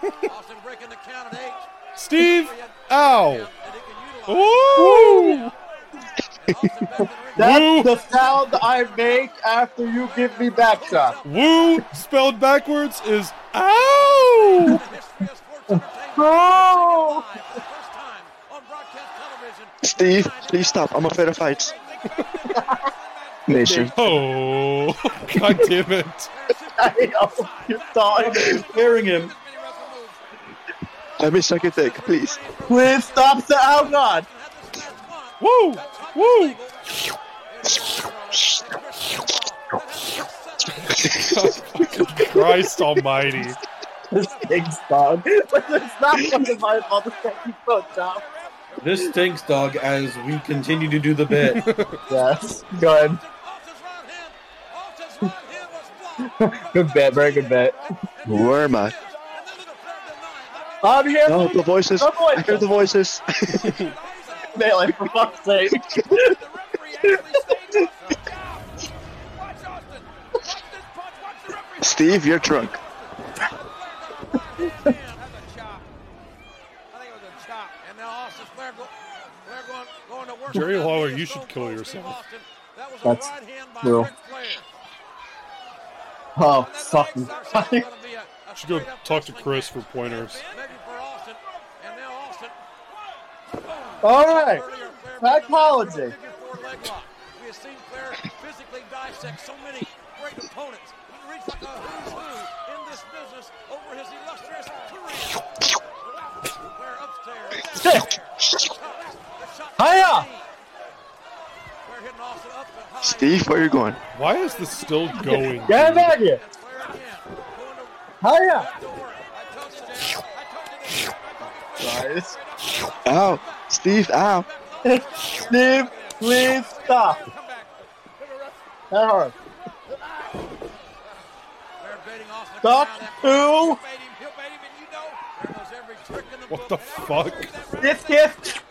Steve, ow. Ooh.
That's
Woo.
the sound I make after you give me back sauce.
Woo spelled backwards is ow.
No!
Steve, please stop. I'm afraid of heights. Nation.
Oh, god damn it.
I know. You thought it.
Hearing him.
Let me suck your dick, please.
Please stop the out God.
Woo. Woo. Oh, Christ almighty.
This thing's dog. it's not fucking my fault. This thing's so dumb.
This stinks, dog, as we continue to do the bit.
Yes. Good. good bet. Very good bet.
Where am I?
I'm here.
No, the voices.
The voices.
I hear the voices.
Melee, for fuck's sake.
Steve, you're drunk.
Jerry Lawler, you should kill yourself.
That's true. Oh, fucking Christ.
Should go talk to Chris for pointers.
All right. Psychology.
We have seen Flair physically dissect so many great opponents. He reached like a who's who in this business over his illustrious career. Flair upstairs.
Hiya!
Steve, where you going?
Why is this still going?
Get back here. Hiya! Christ.
Ow. Steve, ow.
Steve, please stop. That hard. Stop two.
What the fuck?
This gift.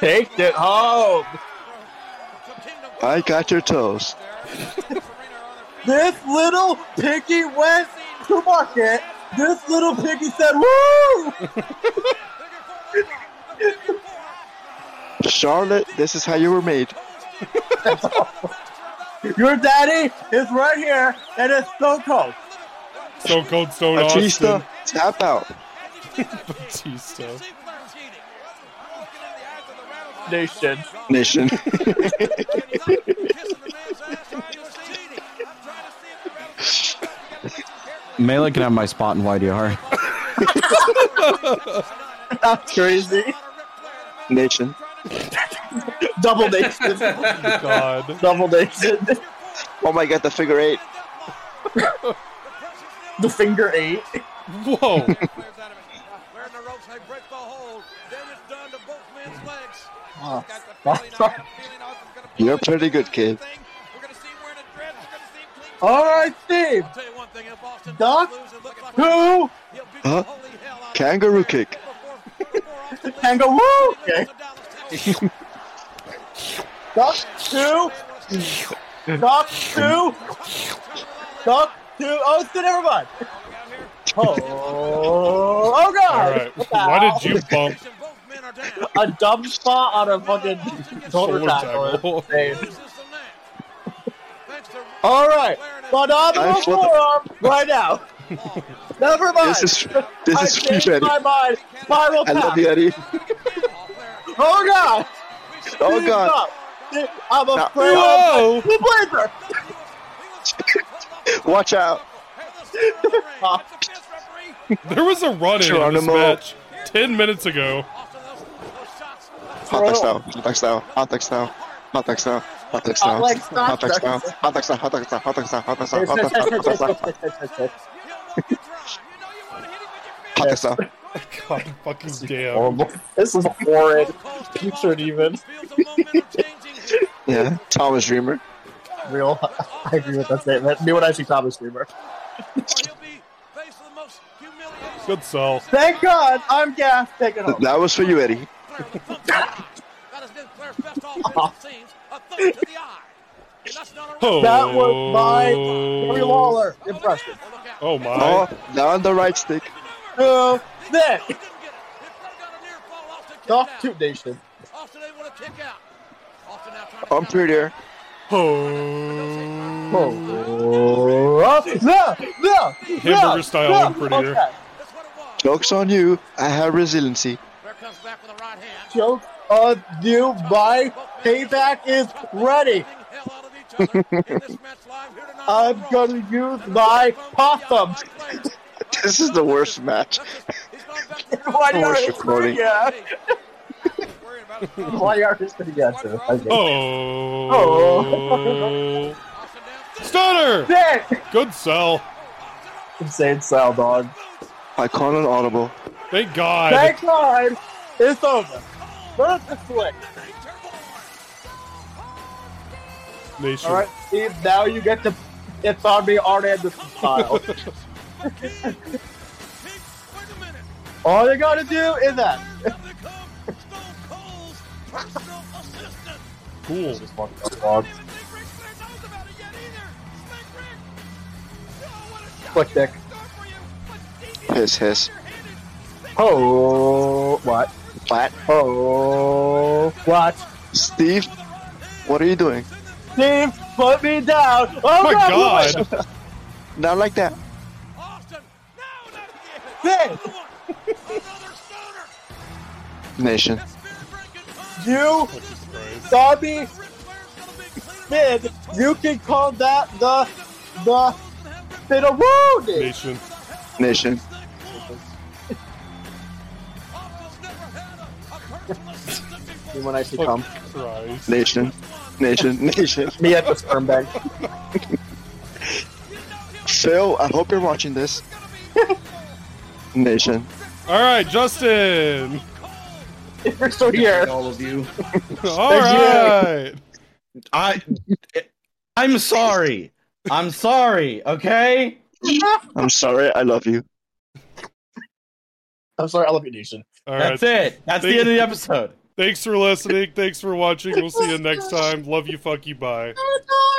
Take it home.
I got your toes.
This little piggy went to market. This little piggy said, woo!
Charlotte, this is how you were made.
Your daddy is right here, and it's so cold.
Stone Cold Stone
Batista,
Austin.
tap out.
Batista.
Nation.
Nation.
Melee can have my spot in YDR.
That's crazy.
Nation.
Double nation.
God.
Double nation.
Oh my god, the figure eight.
The finger eight.
Whoa.
Oh, fuck.
Ah. You're pretty good, kid. Ah.
All right, Steve. Duck. Who?
Ah. Huh? Kangaroo kick.
Kangaroo kick. Duck two. Duck two. Duck two. Oh, it's good. Never mind. Oh, oh
All
god!
right.
What the
Why
hell?
did you bump?
a dumb spot on a fucking shoulder
Shoulder
tackle. Insane. All right, phenomenal
Nice one.
forearm right now. Never mind.
This is this is
I
free
changed
betting.
my mind. Spiral
I love
tap.
you, Eddie. Ah.
Oh god.
Oh,
He's
God.
up. I'm
Now-
afraid.
Whoa.
of the blazer.
Watch out.
There was a run in in this
Geronimo.
match ten minutes ago.
Hot text now. Hot text now. Hot text now. Hot text now. Hot text now. Hot text now. Hot text now. Hot text now. Hot text now. Hot text now. Hot text now. Hot text now. Hot text now.
God, fucking damn.
Horrible. This is horrid. Putrid even.
Yeah, Thomas Dreamer.
Real. I agree with that statement. Me when I see Thomas Dreamer.
Good sell.
Thank God I'm gas. Take it home.
That was for you, Eddie.
Oh.
That was my Jerry Lawler impression.
Oh my.
Oh, now on the right stick.
Uh, then. Talk to Nation.
I'm through there.
Oh. No, no,
Hamburger style,
no,
I'm prettier. Joke's on you. I have resiliency.
Joke on you, my payback is ready. I'm gonna use my possum.
this is the worst match.
Why
The worst recording.
Yeah. Why are you gonna get to? Okay.
Oh.
Oh. Stunner. Good sell.
Insane style, dog.
I call an audible.
Thank God.
Thank God, it's over. Perfectly.
Nation.
All right, Steve. Now you get to. It's on me, Arn Anderson style. All you gotta do is that.
Cool.
Click dick.
Hiss, hiss.
Oh, what?
What?
Oh, what?
Steve, what are you doing?
Steve, put me down. Oh,
My
God.
God. Not like that.
Hey,
Nation.
you saw me spin. You can call that the the spinneroni.
Nation.
Nation.
When I see
Fuck
come,
Christ.
Nation. Nation. Nation.
me at the sperm bank.
Phil, I hope you're watching this. Nation.
All right, Justin.
We're still here.
All of you.
All right.
I, I'm sorry. I'm sorry. Okay.
I'm sorry. I love you.
I'm sorry, I love you, Nation.
All right.
That's it. That's the end of the episode.
Thanks for listening. Thanks for watching. We'll see you next time. Love you. Fuck you. Bye.
Oh, no.